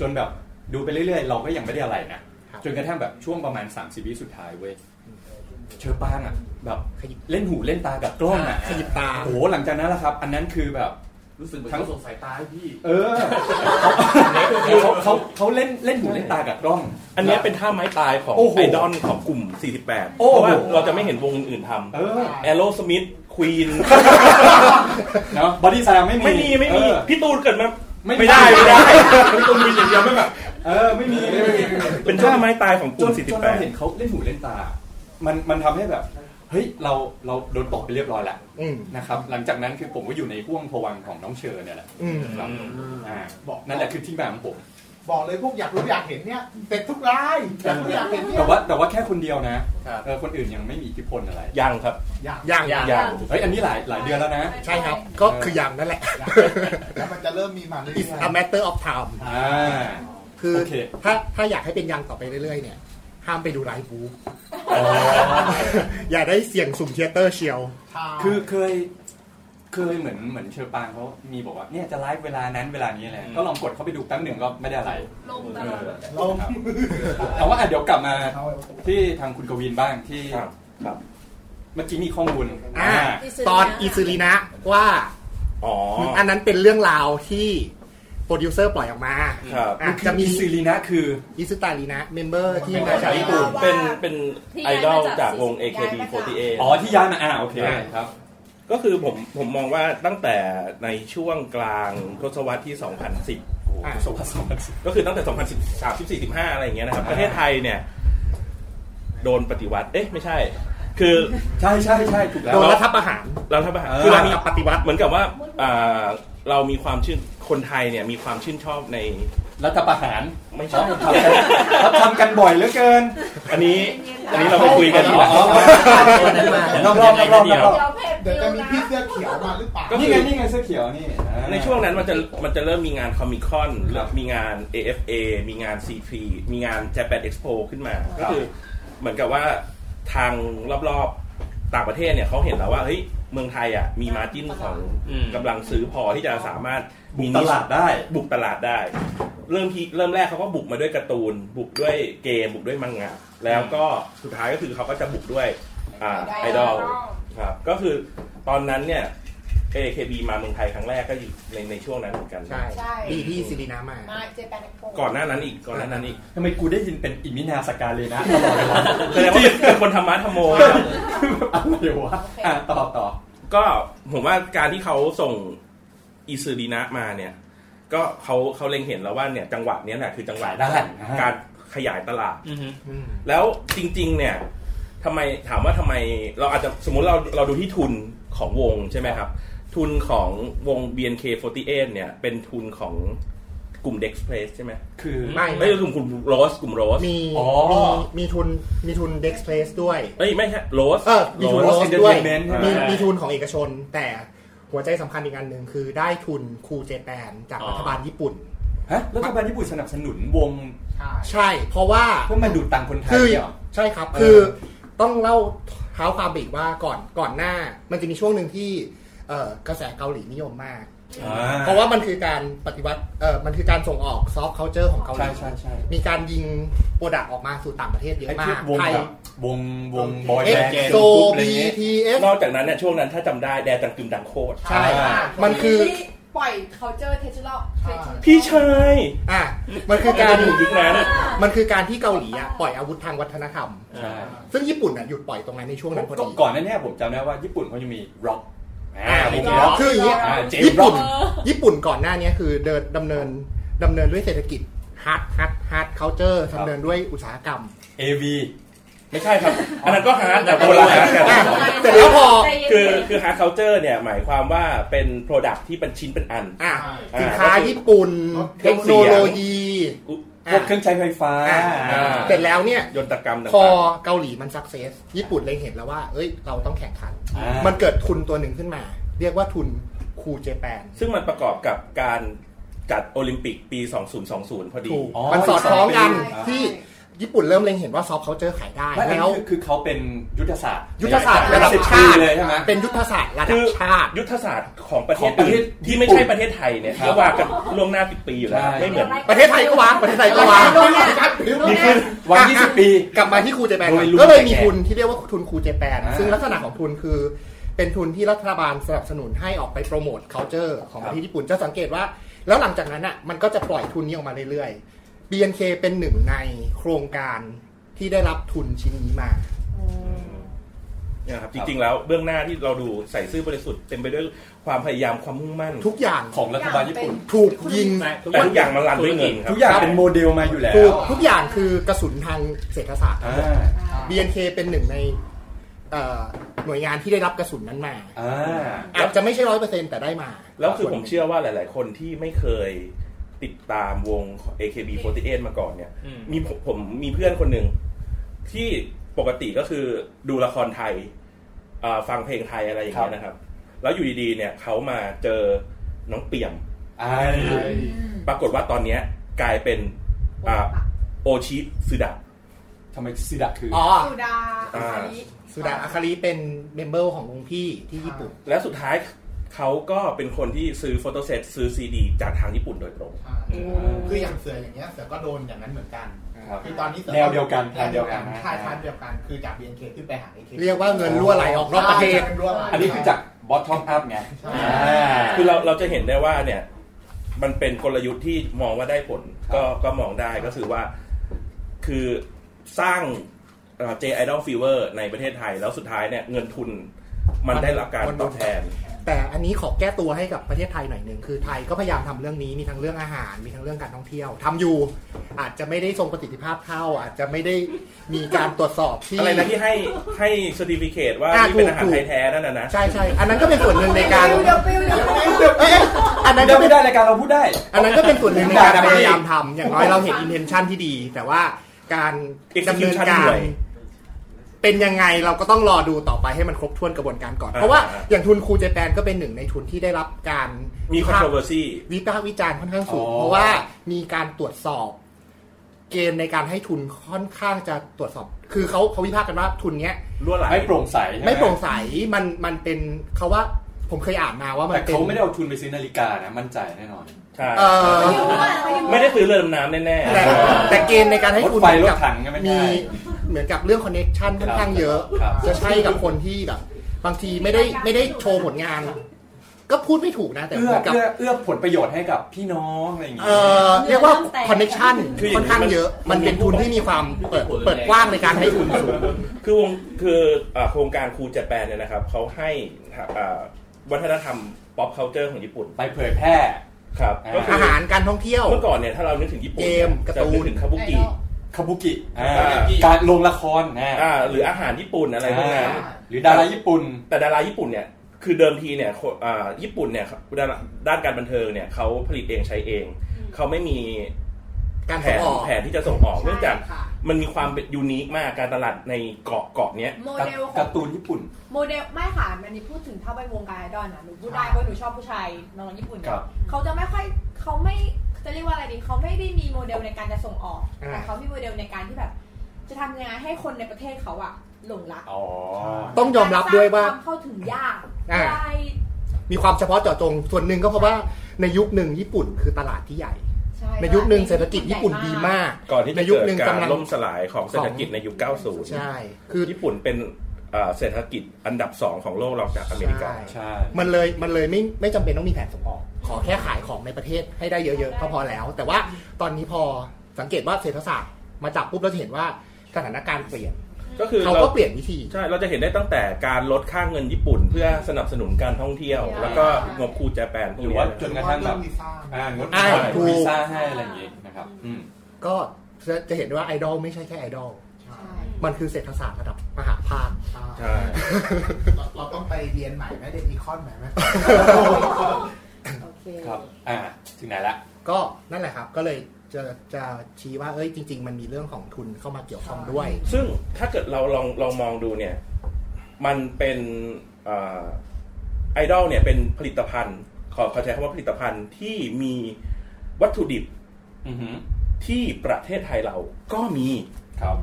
จนแบบดูไปเรื่อยๆ เราก็ยังไม่ได้อะไรนะ
ครับ
จนกระทั่งแบบช่วงประมาณ 30 วิสุดท้ายเว้ย เชอปางอ่ะ แบบ
ขยิบ
เล่นหูเล่นตากับกล้องอ่ะ
ขยิบตา
โอ้โหหลังจากนั้นละครับ อันนั้นคือแบบ
รู้สึกเหมือน
ทั้ง
เขาสงสัยตาให้พี่
เออเขาเขาเขาเขาเล่นเล่นหูเล่นตากับกล้อง
อันเนี้ยเป็นท่าไม้ตายของ
โอ้โห
ไอดอลของกลุ่ม 48 เพ
โอ้โห
ราะว่าเราจะไม่เห็นวงอื่นท
เออ
ำแอโรสมิธควีน
เนาะบอดี้สแลมไม่มี
ไม่มีไม่มี
เออ
พี่ตูนเกิดมา
ไม่
ไม่ได้
ไม่
ไม่
ได้
ได้พี่ตูนมีอย่างเดียวไม่แบบ
เออไม่มีไม่มีไม่มี
เป็นท่าไม้ตายของกลุ่
จ
ม
นจน
48
เราเห็นเขาเล่นหูเล่นตา มันมันทำให้แบบ เฮ้ยเราเราโดนตกไปเรียบร้อยแล้ว
อืม
นะครับหลังจากนั้นคือผมก็อยู่ในห่วงพวังค์ของน้องเชอเนี่ยแหละ
อืม
ครับอ่า
บอก
นั่นแหละคือที่มาของผม
บอกเลยพวกอยากรู้อยากเห็นเนี่ยเด็ดทุกรายอยากรู้อยากเห็นเนี่ย
แต่ว่าแต่ว่าแค่คนเดียวนะเออคนอื่นยังไม่มีอิทธิพลอะไร
ยังครับ
อยาก
ยัง
ยัง
เฮ้ยอันนี้หลายหลายเดือนแล้วนะ
ใช่ครับ ก็คือยังนั่นแหละ
แล้วมันจะเริ่มมีมาเรื่อย
is a
ๆ
matter of time
อ่า
คือ
โอเค
ถ้าถ้าอยากให้เป็นยังต่อไปเรื่อยๆเนี่ย ห้ามไปดูไลฟ์บู๊ อย่าได้เสี่ยงสุ่มเทยเตอร์เชียว
คือเคย เคยเหมือนเหมือนเชอปางเขามีบอกว่าเนี่ยจะไลฟ์เวลานั้นเวลานี้อะไรก็ลองกดเข้าไปดูแป๊บหนึ่งก็ไม่ได้อะไร
ลงตลอด
เออ
ลง
แต่ว่าอ่ะเดี๋ยวกลับมาที่ทางคุณกวินบ้างที่
ครับครับ
เมื่อกี้มีข้อมูล
อ่า
อ่า
ตอนอิซูลินะว่า
อ๋อ
อันนั้นเป็นเรื่องราวที่โปรดิวเซอร์ปล่อยออกมา
ครับ
อ่ะจะมี
อิซูลินะคือ
อิซุตาลีนะเมมเบอร์ที่
เป็น
มา
ภาษา
จาก
ญี่
ญี่
ปุ่
ปุ่
น
น
เป็นเป็น
ที่
ไอ
ย้าย
ดอล
มาจาก
จากวง
ย้ายมาจาก
AKB48
อ๋อที่ย้ายมาอ่าโอเคครับ
ก็คือผมผมมองว่าตั้งแต่ในช่วงกลางทศวรรษที่ 2010
อ่ะ
สมผสม
ก็คือตั้งแต่ 2013 14 15 อะไรอย่างเงี้ยนะครับ ประเทศไทยเนี่ย โดนปฏิวัติ เอ๊ะ ไม่ใช่ คือ
ใช่ใช่ใช่ถูกแล้ว
โดนรัฐประหาร
เราทำอาหาร
เออ
คือเรามี
ปฏิวัติ
เหมือนกับว่าอ่าเรามีความชื่น คนไทยเนี่ยมีความชื่นชอบใน
รัฐประหาร
ไม่ช
อ๋
อ
อบ ทำกันเขาทำกันบ่อยเหลือเกิน
อันนี้ อันนี้เราไปคุยกันทีหลัง
อ๋อ รอบรอบรอบรอบรอบ
เดี๋ยวจะมีพี่เสื้อเขียวมาหรือเปล่า
ก็
นี่ไงนี่ไงเสื้อเขียวนี่อ่า
ในช่วงนั้นมันจะมันจะเริ่มมีงานคอมิคอน
ครับ
มีงาน AFA มีงาน CP มีงาน Japan Expo ขึ้นมา ก็คือเหมือนกับว่าทางรอบๆต่างประเทศเนี่ยเขาเห็นแล้วว่าเฮ้ยเมืองไทยอ่ะมีมาจิ้นของ
อืม
กำลังซื้อพอที่จะสามารถมี
ตลาดได้
บุกตลาดได้ เริ่มที่เริ่มแรกเขาก็บุกมาด้วยการ์ตูน บุกด้วยเกม บุกด้วยมังงะแล้วก็สุดท้ายก็คือเขาก็จะบุกด้วยอ่าไอดอล ครับก็คือตอนนั้นเนี่ย AKB มาเมืองไทยครั้งแรกก็อยู่ในในช่วงนั้นเหมือนกัน
ใช่
ใช่
ดีที่อิซิลินะมา
มาเจแปนโป
ก่อนหน้านั้นอีกก่อนหน้านั้นอีก
ทำไมกูได้ยินเป็นอิมินาสการเลยนะ
แสดงว่าเป็นคนธรรมะธรรมโมนะครับ
อะไรวะอ่ะต่อต่อ
ก็ผมว่าการที่เขาส่งอิซูรินะมาเนี่ย ก็เขาเขาเล็งเห็นแล้วว่าเนี่ยจังหวะเนี้ยแหละคือจังหวะ
ขายได้
การขยายตลาด
อือฮึ
แล้วจริง ๆ เนี่ยทำไมถามว่าทำไมเราอาจจะสมมุติเราเราดูที่ทุนของวงใช่ไหมครับ ทุนของวง BNK48 เนี่ยเป็นทุนของกลุ่ม Dex Place ใช่ไหม
คือ
ไม่
ไม่ใช่กลุ่มกลุ่มโรสกลุ่มโรส
มี
อ๋อ
มีมีทุนมีทุนเด็กเพลสด้วย
เอ้ยไม่ใช่โรส
เออมีทุน
Rose
โรสด้วย
Entertainment ใช่ไหม
มีมีทุนของเอกชน แต่หัวใจสำคัญอีกอันหนึ่งคือได้ทุนครูเจแปนจาก
อ๋อ
รัฐบาลญี่ปุ่น
ฮะรัฐบาลญี่ปุ่นสนับสนุนวง
ใช่ เพราะว่า
เพื่อมาดูดตังค์คนไทย
คือ
เนี่ยเหรอ
ใช่ครับ
เออ
คือต้องเล่าเท้าความไปอีกว่าก่อนก่อนหน้า มันจะมีช่วงหนึ่งที่เอ่อกระแสเกาหลีนิยมมาก
อ่า
เพราะว่ามันคือการปฏิวัติเออมันคือการส่งออกซอฟต์เคาเจอร์ของเกาหลี
ใช่ใช่ใช่
มีการยิงโปรดักต์ออกมาสู่ต่างประเทศเยอะ
ไอ้
มา
ที่
ก
วง
ไทย
แบบวงวงบอย
เอ็
แบ
ก
นด์
โซ
อะไร
บี
เงี้ย
ทีเอส
นอกจากนั้นเนี่ยช่วงนั้นถ้าจำได้แดจังกึมดังโคตร
ใช่
อ่า
มันคือ
ปล่อย culture t e c h u r a
พี่ชาย
อ่ะมันคือการ
ยุคนั้น
มันคือการที่เกาหลีอ่ะปล่อยอาวุธทางวัฒนธรรม
ใช่
ซึ่งญี่ปุ่นอ่ะหยุดปล่อยตรงนั้นในช่วงนั้นพอ
ก็
ดี
ก่อนหนั้นเนี่ยผมจำได้ว่าญี่ปุ่นเขาจะมีร็อกอ่า
อ่าว มี
ง
ร็
ร็
อ
อก ก
คืออย่างเงี้ย
อ่าเจมส์
ญี่ปุ่น
ร็อก
ญี่ปุ่นก่อนหน้าเนี้ยคือเดินดำเนินดำเนินด้วยเศรษฐกิจฮาร์ดฮาร์ดฮาร์ดเคาน์เตอร์ดำเนินด้วยอุตสาหกรรม
เอวี
ไม่ใช่ครับ อันนั้นก็ฮาร์ดแต่โบราณกัน
อ่ะเสร็จแล้วพอ
คือคือ hard culture เนี่ยหมายความว่าเป็น product ที่เป็นชิ้นเป็นอัน
อ่ะ
อ่า
สินค้าญี่ปุ่น
เค
เท
รื่อง
ค
เสียง
โนโลยี
พวกเครื่องใช้ไฟฟ้า
อ่ะ
อ่า
เสร็จแล้วเนี่ย
ยนตกรรมต่าง
พอ
ๆ
เกาหลีมันสักเซสญี่ปุ่นเลยเห็นแล้วว่า เอ้ย เราต้องแข่งขัน
อ่า
มันเกิดทุนตัวหนึ่งขึ้นมา เรียกว่าทุนคูเจแปน
ซึ่งมันประกอบกับการจัดโอลิมปิกปี 2020 พอดี
ถูก
อ๋อ
มันสอดคล้องกัน
ใช่
ที่ญี่ปุ่นเริ่มเล็งเห็นว่าซอฟต์เคาน์เตอร์ขายได้
ไม่อัน
แล้
นี้
ว
คือคือเขาเป็นยุทธศาสตร์
ยุทธศาสตร์ระดับ
สิบ
ชา
ปี
ติ
เลยใช่ไหม
เป็นยุทธศาสตร์ระดั
คื
บ
อ
ชาติ
ยุทธศาสตร์ของประเทศ
ของประเทศ
อื่นที่ไม่
ญี่ปุ่น
ใช่ประเทศไทยเนี่ย
ครับ
เขาวางกันล่วงหน้า 10 ปีอยู่แล้ว
ใช่
ไม่เหมือน
ประเทศไทยก็วางประเทศไทยก็วาง
มีขึ้นวันที่สิบปี
กลับมาที่ครูเจแปน
โดยรวม
ก็เลยมีทุนที่เรียกว่าทุนครูเจแปน
อ่า
ซึ่งลักษณะของทุนคือ เป็นทุนที่รัฐบาลสนับสนุนให้ออกไปโปรโมท culture ของ
ค
ป
รับ
ระเทศญี่ปุ่นจะสังเกตว่า แล้วหลังจากนั้นอ่ะมันก็จะปล่อยทุนนี้ออกมาเรื่อยๆ BNK เป็นหนึ่งในโครงการที่ได้รับทุนชิ้นนี้มา
เนะครับจริงๆแล้วเบื้องหน้าที่เราดูใส่ซื่อบริสุทธิ์เต็มไปด้วยความพยายามความมุ่งมั่น
ทุกอย่าง
ของรัฐบาลญี่ปุ่น
ถูกยิง
แต่ทุกอย่างมันรันด้วยเงินครับ
ทุกอย่างเป็นโมเดลมาอยู่แล้ว
ถูกทุกอย่างคือกระสุนทางเศรษฐศาสตร์ทั้งหมด
อ่า
BNK เป็นหนึ่งในเอ่อหน่วยงานที่ได้รับกระสุนนั้นมา
อ่า
อาจจะไม่ใช่ร้อยเปอร์เซ็นต์แต่ได้มา
แล้วคือผมเชื่อว่าหลาย ๆ คนที่ไม่เคยติดตามวง AKB48 มาก่อนเนี่ย
อืม
มีผมผมมีเพื่อนคนหนึ่งที่ปกติก็คือดูละครไทยอ่าฟังเพลงไทยอะไรอย่างเงี้ยนะครับ แล้วอยู่ดี ๆ เนี่ยเขามาเจอน้องเปี่ยมปรากฏว่าตอนเนี้ยกลายเป็นอ่าโอชิสึดะ
ทำไมสึดะคือ
อ๋อ
สุดา
อ่า
สุดาอาคาริเป็นเมมเบอร์ขององค์พี่ที่ญี่ปุ่น
และสุดท้ายเขาก็เป็นคนที่ซื้อโฟโต้เซตซื้อซีดีจากทางญี่ปุ่นโดยตรง
คืออย่างเสืออย่างเงี้ยเสือก็โดนอย่างนั้นเหมือนกัน
ครับ
คือตอนนี้สือ
แนวเดียวกัน
แนวเดียวกัน
แนวเดียวกัน
ใช่ทางเดียวกันคือจาก BNK ขึ้นไปหา AK
เรียกว่าเงินรั่วไหลออกนอกประเทศ
ใช่งินรั่วไหล
อันนี้คือจากบอททอมอัพไงอ่า
คือเราเราจะเห็นได้ว่าเนี่ย มันเป็นกลยุทธ์ที่มองว่าได้ผล ก็ก็มองได้ก็คือว่า คือสร้างเจไอดอลฟีเวอร์ในประเทศไทย แล้วสุดท้ายเนี่ยเงินทุนมันได้รับการตอบแทน
แต่อันนี้ขอแก้ตัวให้กับประเทศไทยหน่อยหนึ่งคือไทยก็พยายามทำเรื่องนี้มีทั้งเรื่องอาหาร มีทั้งเรื่องการท่องเที่ยวทำอยู่ อาจจะไม่ได้ทรงประสิทธิภาพเท่า อาจจะไม่ได้มีการตรวจสอบที่
อะไรนะที่ให้ให้เซอร์ติฟิเคตว่า
อ่า
นี่เป็นอาหาร
ถูกๆ
ไทยแท้นั่นนะนะ
ใช่ใช่อันนั้นก็เป็นส่วนหนึ่งในการ
เดี๋ยว
เอ๊ะอันนั้นก็ไม่ได้รายการเราพูดได้ อันนั้นก็เป็นส่วนหนึ่งในการ
ด่า
พ
ได้
ยายามทำอย่างน้อยเราเห็นอินเทนชันที่ดี แต่ว่าการดำเนิน
Execution
การ
เหนื่อย
เป็นยังไงเราก็ต้องรอดูต่อไปให้มันครบถ้วนกระบวนการก่อน เพราะว่าอย่างทุนครูเจแปนก็เป็นหนึ่งในทุนที่ได้รับการ
มี
วิพากษ์
controversy
วิพากษ์วิจารณ์ค่อนข้างสูง
อ๋อ
เพราะว่ามีการตรวจสอบ เกณฑ์ในการให้ทุนค่อนข้างจะตรวจสอบ คือเขาเขาวิพากษ์กันว่าทุนเนี้ย
รั่วไหล
ไม่โปร่งใสใช่ห
ไม่โปร่งใสมันมันเป็นเขาว่าผมเคยอ่านมาว่ามัน
แต่
เป็น
เขาไม่ได้เอาทุนไปซื้อนาฬิกานะมั่นใจแน่นอน
ใช่
เอ่อ
ไม่ได้ซื้อเรือดำน้ำแน่
แต่แต่เกณฑ์ในการให้
รถ
ทุน
ไฟ
เหมือน
รถ
กับ
ถังก็ไม่ได้
มีเหมือนกับเรื่องคอนเน็ชันค่อนข้างเยอะ
ครับ
จะใช่กับคนที่แบบ บางทีไม่ได้ไม่ได้โชว์ผลงาน ก็พูดไม่ถูกนะ แต่เห
เอื้อ
มือนกับ
เอื้อเอื้อผลประโยชน์ให้กับพี่น้องอะไรอย่างเงี้
เอย อเรียกว่าคอนเน็ชัน
คืออย่
ค่อนข้าง
มั
เยอะ มันเป็นทุนที่มีความเปิด
มัน
เปิดกว้างในการให้ทุนสูง
คือวงคืออ่าโครงการครูเจแปนเนี่ยนะครับเขาให้อ่าวัฒนธรรม pop culture ของญี่ปุ่น
ไปเผยแพร่
ครับก็คื
อาหารการท่องเที่ยว
เมื่อก่อนเนี่ยถ้าเรานึกถึงญี่ปุ่น
เกมการ์ตูน
จะนึกถึงคาบุกิ
คาบุกิอ่า
คาบุกิ
การลงละครนะ
อ่าหรืออาหารญี่ปุ่นอะไรพวกนั้น
อ่าหรือดาราญี่ปุ่น
แต่ดาราญี่ปุ่นเนี่ยคือเดิมทีเนี่ยคนอ่าญี่ปุ่นเนี่ยครับด้านด้านการบันเทิงเนี่ยเขาผลิตเองใช้เอง เขาไม่มี
การ
แผน
ส่งออก
แผนที่จะส่งออกเนื่องจากมันมีความเป็นยูนิคมากการตลาดในเกาะเกาะเนี้ย
โมเดลขอ
กา
ง
ร์ตูนญี่ปุ่น
โมเดลไม่ค่ะอันนี้พูดถึงถ้าไปวงการไอดอลนะหนูพูดได้เพราะหนูชอบผู้ชายน้องญี่ปุ่น
ครับ
เขาจะไม่ค่อยเขาไม่จะเรียกว่าอะไรดีเขาไม่ได้มีโมเดลในการจะส่งออก
อ่า
แต่เขามีโมเดลในการที่แบบ จะทำงานให้คนในประเทศเขาอะหลงรัก
อ๋อ
ต้องยอมรับด้วยว่า
กรสร้งคมเข้าถึงยาก
อ่า
ได้
มีความเฉพาะเจาะจง ส่วนหนึ่งก็เพราะว่าในยุคหนึ่งญี่ปุ่นคือตลาดที่ใหญ่
ใช่
ในยุคหนึ่งเศรษฐกิจญี่ปุ่นดีมาก
ก่อนที่
ใน
จะ
ยุค
เกิด
หนึ่ง
การ
กำลัง
ล่มสลายของเศรษฐกิจในยุค 90
ใช่ คือ
ญี่ปุ่นเป็นอ่าเศรษฐกิจอันดับสองของโลกรองจากอเมริกา
ใช่ มันเลยมันเลยไม่ไม่จำเป็นต้องมีแผนส่งออก ขอแค่ขายของในประเทศให้ได้เยอะๆก็พอแล้ว แต่ว่าตอนนี้พอสังเกตว่าเศรษฐศาสตร์มาจับปุ๊บเราจะเห็นว่าสถานการณ์เปลี่ยน
ก็คือ
เขา
เรา
ก็เปลี่ยนวิธี
ใช่ เราจะเห็นได้ตั้งแต่การลดค่าเงินญี่ปุ่น เพื่อสนับสนุนการท่องเที่ยว แล้วก็งบคูเจแปนพวก
หรือ
เนี้
ว่าย จนกระทั่งแบบ
เรื่องวีซ่า
อ่างด
อ่าถูก
วีซ่าให้อะไรอย่างงี้นะครับอืม
ก็จะจะเห็นได้ว่าไอดอลไม่ใช่แค่ไอดอลมันคือเศรษฐศาสตร์ระดับมหาภาค
ใช่
เราเราต้องไปเรียนใหม่ไหมเด็กอีคอนใหม่ไหม
โอเค
ครับอ่าถึงไหนละ
ก็นั่นแหละครับ ก็เลยจะจะชี้ว่าเอ้ยจริง ๆ มันมีเรื่องของทุนเข้ามาเกี่ยวข้องด้วย
ซึ่งถ้าเกิดเราลองลองมองดูเนี่ย มันเป็นไอดอลเนี่ยเป็นผลิตภัณฑ์ ขอขอใช้คำว่าผลิตภัณฑ์ที่มีวัตถุดิบ
อือหือ
ที่ประเทศไทยเราก็มี
ครับ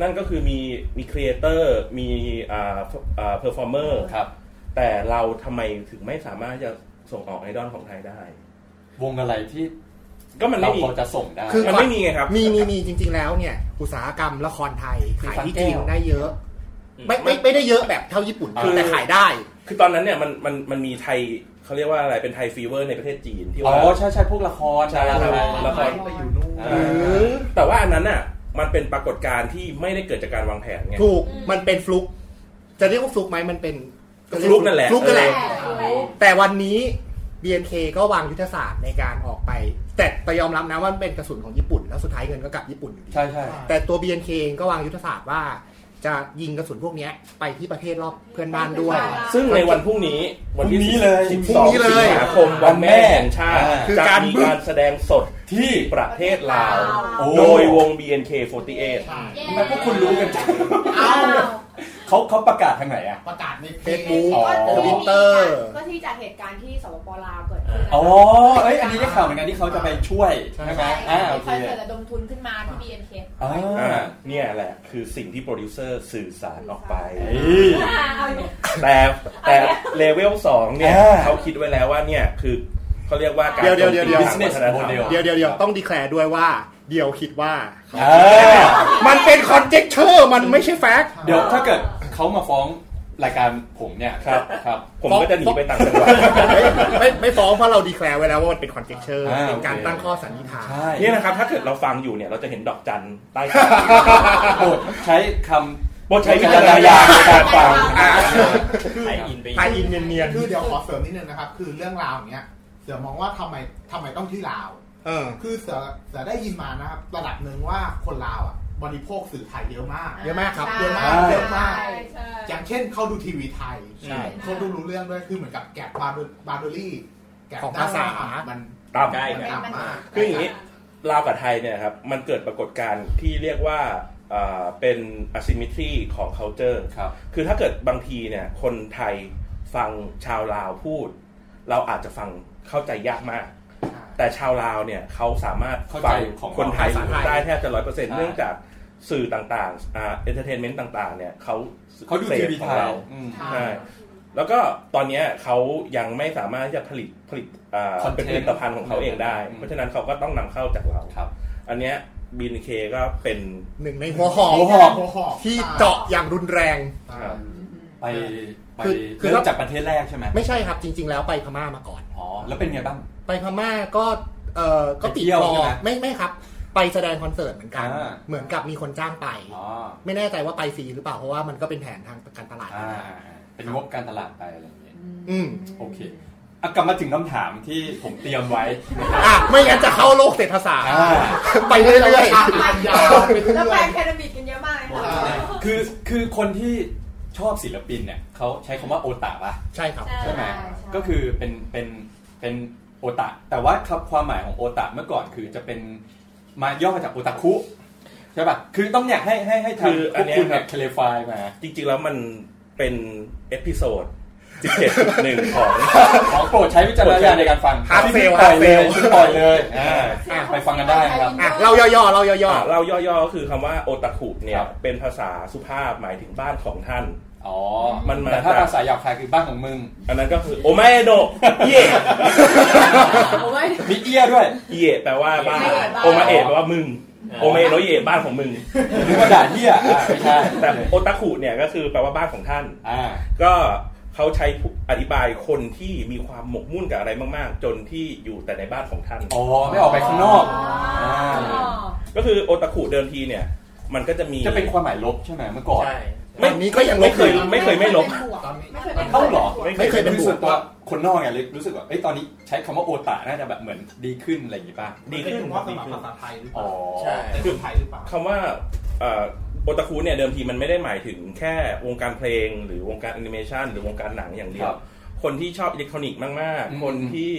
นั่นก็คือมีมีครีเอเตอร์มีอ่าอ่าเพอร์ฟอร์เมอร์
ครับ
แต่เราทำไมถึงไม่สามารถจะส่งออกไอดอลของไทยได้
วงอะไรที่
ก็มัน
เรา
ไม่มี
พอจะส่งได้
คือ
มันไม่มีไงครับ
มีมีมีจริง ๆ แล้วเนี่ย อุตสาหกรรมละครไทย
มี
ขาย
ฟัง
ที่
แก้
จี
ว
นได้เยอะ ไม่ไม่ไม่ได้เยอะแบบเท่าญี่ปุ่น
คือ
แต่ขายได้
คือตอนนั้นเนี่ยมันมันมันมีไทยเขาเรียกว่าอะไรเป็นไทยฟีเวอร์ในประเทศจีนที่
อ๋
ว่า
อใช่ใช่พวกละคร
ใช่ครับละคร
ไปอยู่นู่น
อ่า
หรือ
แต่ว่าอันนั้นน่ะมันเป็นปรากฏการณ์ที่ไม่ได้เกิดจากการวางแผนไง
ถูกมันเป็นฟลุก จะเรียกว่าฟลุกไหมมันเป็น
ก็ฟลุกนั่นแหละ
ฟลุกนั่นแหละ
เออ
แต่วันนี้ BNK ก็วางยุทธศาสตร์ในการออกไป แต่แต่ยอมรับนะว่ามันเป็นกระสุนของญี่ปุ่น แล้วสุดท้ายเงินก็กลับญี่ปุ่นอยู่ดี
ใช่ใช่
แต่ตัว BNK เองก็วางยุทธศาสตร์ว่า จะยิงกระสุนพวกเนี้ยไปที่ประเทศรอบเพื่อนบ้านด้วย
ซึ่งในวันพรุ่งนี้วันที่
พรุ่งนี้เลย
สิบ
พรุ่
สอง ง
นี้
สิ
เล
ง
ย
หาคมวันแม่แห่งชาติ
อ่าคือ
จะ
การ
มี
บึ้ม
การแสดงสด
ที่
ประเทศลาว
โอ้
โดยวง BNK48
ทำไมพวกคุณรู้กันจัง เขาเขาประกาศทางไหนอ่ะ
ประกาศใน
Facebook
ก็
อ๋อ
ที่มี
Twitter
ก็ที่จากเหตุการณ์ที่สปปลาวเกิดขึ้น
อ๋อเอ้ยอันนี้ได้ข่าวเหมือนกันที่เขาจะไปช่วยใช่ไหมอ่าโอ
ค
เค
อนเสิร์ตระดมทุนขึ้นมาที่ BNK
อ่า
อ่าเนี่ยแหละคือสิ่งที่โปรดิวเซอร์สื่อสารออกไป
เอาอย่างนี้
แต่แต่เลเวลสองเนี่ย
อ่า
เขาคิดไว้แล้วว่าเนี่ยคือเขาเรียกว่าการ
เดี๋ยวเดี๋ยวเดี๋ยวเดี๋ยว
โจมตีทางวัฒน
business
ธรรม
model
เดี๋ยวเดี๋ยวเดี๋ยวต้องดีแคลร์ด้วยว่า เดี๋ยวคิดว่า
อ่า
มันเป็นคอนเจ t เ r อร์มันไม่ใช่แฟกต์
เดี๋ยวถ้าเกิดเขามาฟ้องรายการผมเนี่ย
ครับ
ครับ
ผมก็จะหนีไปต่างจังหวัด
ไม่ไม่ฟ้องเพราะเราดีแคลร์ไว้แล้วว่ามันเป็นคอนเจ t เ r อร์
อ่า
เป็นการ
โอเค
ตั้งข้อสันนิษฐาน
ใช่
เนี่ยนะครับถ้าเกิดเราฟังอยู่เนี่ยเราจะเห็นดอกจันใต้ค
โปรดใช้ค
ำโปรดใช้วิจารณญาณในการฟัง
ไทยอินไป
ไทยอินเนียน
คือเดี๋ยวขอเสริมนิดนึงนะครับ คือเรื่องราวอย่างเงี้ย เสือมองว่าทำไมทำไมต้องที่ลาว
ๆเออ
คือเสือเสือได้ยินมานะครับ ระดับหนึ่งว่าคนลาวอ่ะบริโภคสื่อไทยเยอะมาก
เยอะมากครับ
เยอะมาก
ใช่
เยอะมาก
ใช่
ใช่
อย่างเช่นเข้าดูทีวีไทย
ใช่
เขาดูรู้เรื่องด้วยคือเหมือนกับแกะบาร์เดอร์บาร์เดอรี่ แกะ
ของภาษา
หน้มัน
ต่ำ
ใกล้
มัน
กัน
ต่ำมาก
คืออย่างนี้ลาวกับไทยเนี่ยครับมันเกิดปรากฏการณ์ที่เรียกว่าอ่าเป็น asymmetry ของ culture
ำครับ
คือถ้าเกิดบางทีเนี่ยคนไทยฟังชาวลาวพูด เราอาจจะฟังเข้าใจยากมาก แต่ชาวลาวเนี่ยเขาสามารถ
เข้าใจ
ฟัง
ของ
คนไทย
ภาษาไทย
ได้แทบจะร้อยเปอร์เซ็นต์
อ่า
เนื่องจากสื่อต่างๆอ่าเอนเตอร์เทนเมนต์ต่างๆเนี่ยเขา
เขาดู
สพ
ทีวี
ข
ไทย
องเรา
อืม
ใช่แล้วก็ตอนเนี้ยเขายังไม่สามารถที่จะผลิตผลิตอ่า
Content
เป็นผลิตภัณฑ์ของเขาเองได้
อืม
เพราะฉะนั้นเขาก็ต้องนำเข้าจากเรา
ครับ
อันเนี้ยบีนเคก็เป็น
หนึ่งในหัวหอก
หัวหอก
หัวหอก
ที่เจาะอย่างรุนแรง
อ่า
ครับ
ไปไป
คือคือ
เริ่มจากประเทศแรกใช่ไหม
ไม่ใช่ครับจริง ๆ แล้วไปพม่ามาก่อน
อ๋อแล้วเป็นไงบ้าง
ไปพม่าก็เออก็ติด
ไปเที่ยว
คอ
ใช่ไหม
ไม่ไม่ครับ ไปแสดงคอนเสิร์ตเหมือนกัน
อ่า
เหมือนกับมีคนจ้างไป
อ๋อ
ไม่แน่ใจว่าไปฟรีหรือเปล่าเพราะว่ามันก็เป็นแผนทางการตลาด
อ่าเป็นงบการตลาดไปอะไรอย่างเงี้ย
อืม
โอเคอ่ะกลับมาถึงคำถามที่ผมเตรียมไว้
อ่ะไม่งั้นจะเข้าโลกเศรษฐศาสตร์
อ่า
ไปเรื่อย
ยาวไปเรื่
แล้วแปล
อย
งแคนาบิกกันเยอะมากเลยค่ะ
คือคือคนที่ชอบศิลปินเนี่ยเขาใช้คำว่าโอตะป่ะ
ๆใช่ครับ
ใช่ไหมก็คือเป็นเป็นเป็นโอตะ แต่ว่าครับความหมายของโอตะเมื่อก่อนคือจะเป็นมาย่อมาจากโอตาคุใช่ป่ะ คือต้องอยากให้ให้ให้ทางพวกคุณเนี่ยเคลฟายมา
จริงๆแล้วมันเป็นเอพิโซด17.1 ของ
ขอโปรดใช้วิจารณญาณในการฟัง
Hard fail
ปล่อยเลย
hard fail
ปล่อยเลยอ่าไปฟังกันได้นะครับ
อ่ะเราย่อๆเราย่อ
อ่ะเราย่อๆก็คือคำว่าโอตาคุเนี่
ค
ย
รับ
เป็นภาษาสุภาพหมายถึงบ้านของท่าน
อ๋อ
มันมา
แต่ถ้า
จาก
ภาษาหยาบคายคือบ้านของมึง
อันนั้นก็คือโอไมเอโดะเย่
โอ้ย
มีเอียด้วย
เย่แปลว่าบ้าน
เย่บ้าน
โอมาเอะแปลว่ามึงโอไมเอโดะเย่บ้านของมึง
นึกว่าด่าเหียอ่าไม่ใช่
แต่โอตาคุเนี่ยก็คือแปลว่าบ้านของท่าน
อ่า
ก็เขาใช้อธิบายคนที่มีความหมกมุ่นกับอะไรมากๆ จนที่อยู่แต่ในบ้านของท่าน
อ๋อ ไม่ออกไปข้างนอกา
ก็คือโอตาคุเดิมทีเนี่ย มันก็จะมี
จะเป็นความหมายลบใช่ไหมเมื่อก่อน
ใช่
ๆวันนี้ก็ยังล
ไม่
บ
เคย
อยู่
ไม่เคยไม่ลบ
ตอนนี้
ไม่เคยเป็น
เข้าเหรอ
ไม่เคยเป็น
รู้
บ
สึ
ว
ก
ก
ว่าคนนอกเนี่ยรู้สึกว่าเอ้ยตอนนี้ใช้คำว่าโอตะน่าจะแบบเหมือนดีขึ้นอะไรอย่างงี้ป่ะ
ดีขึ้น
ว่าสมัครภาษาไทยหรือเป
อ๋
ล่า
อ
ใช่
แต่คือไทยหรือเปล่า
คำว่าเอ่อโอตาคุเนี่ยเดิมทีมันไม่ได้หมายถึงแค่วงการเพลง หรือวงการแอนิเมชันหรือวงการหนังอย่างเดีย
คว รับ
คนที่ชอบอิเล็กทรอนิกส์มาก
อืม
ๆ คนที่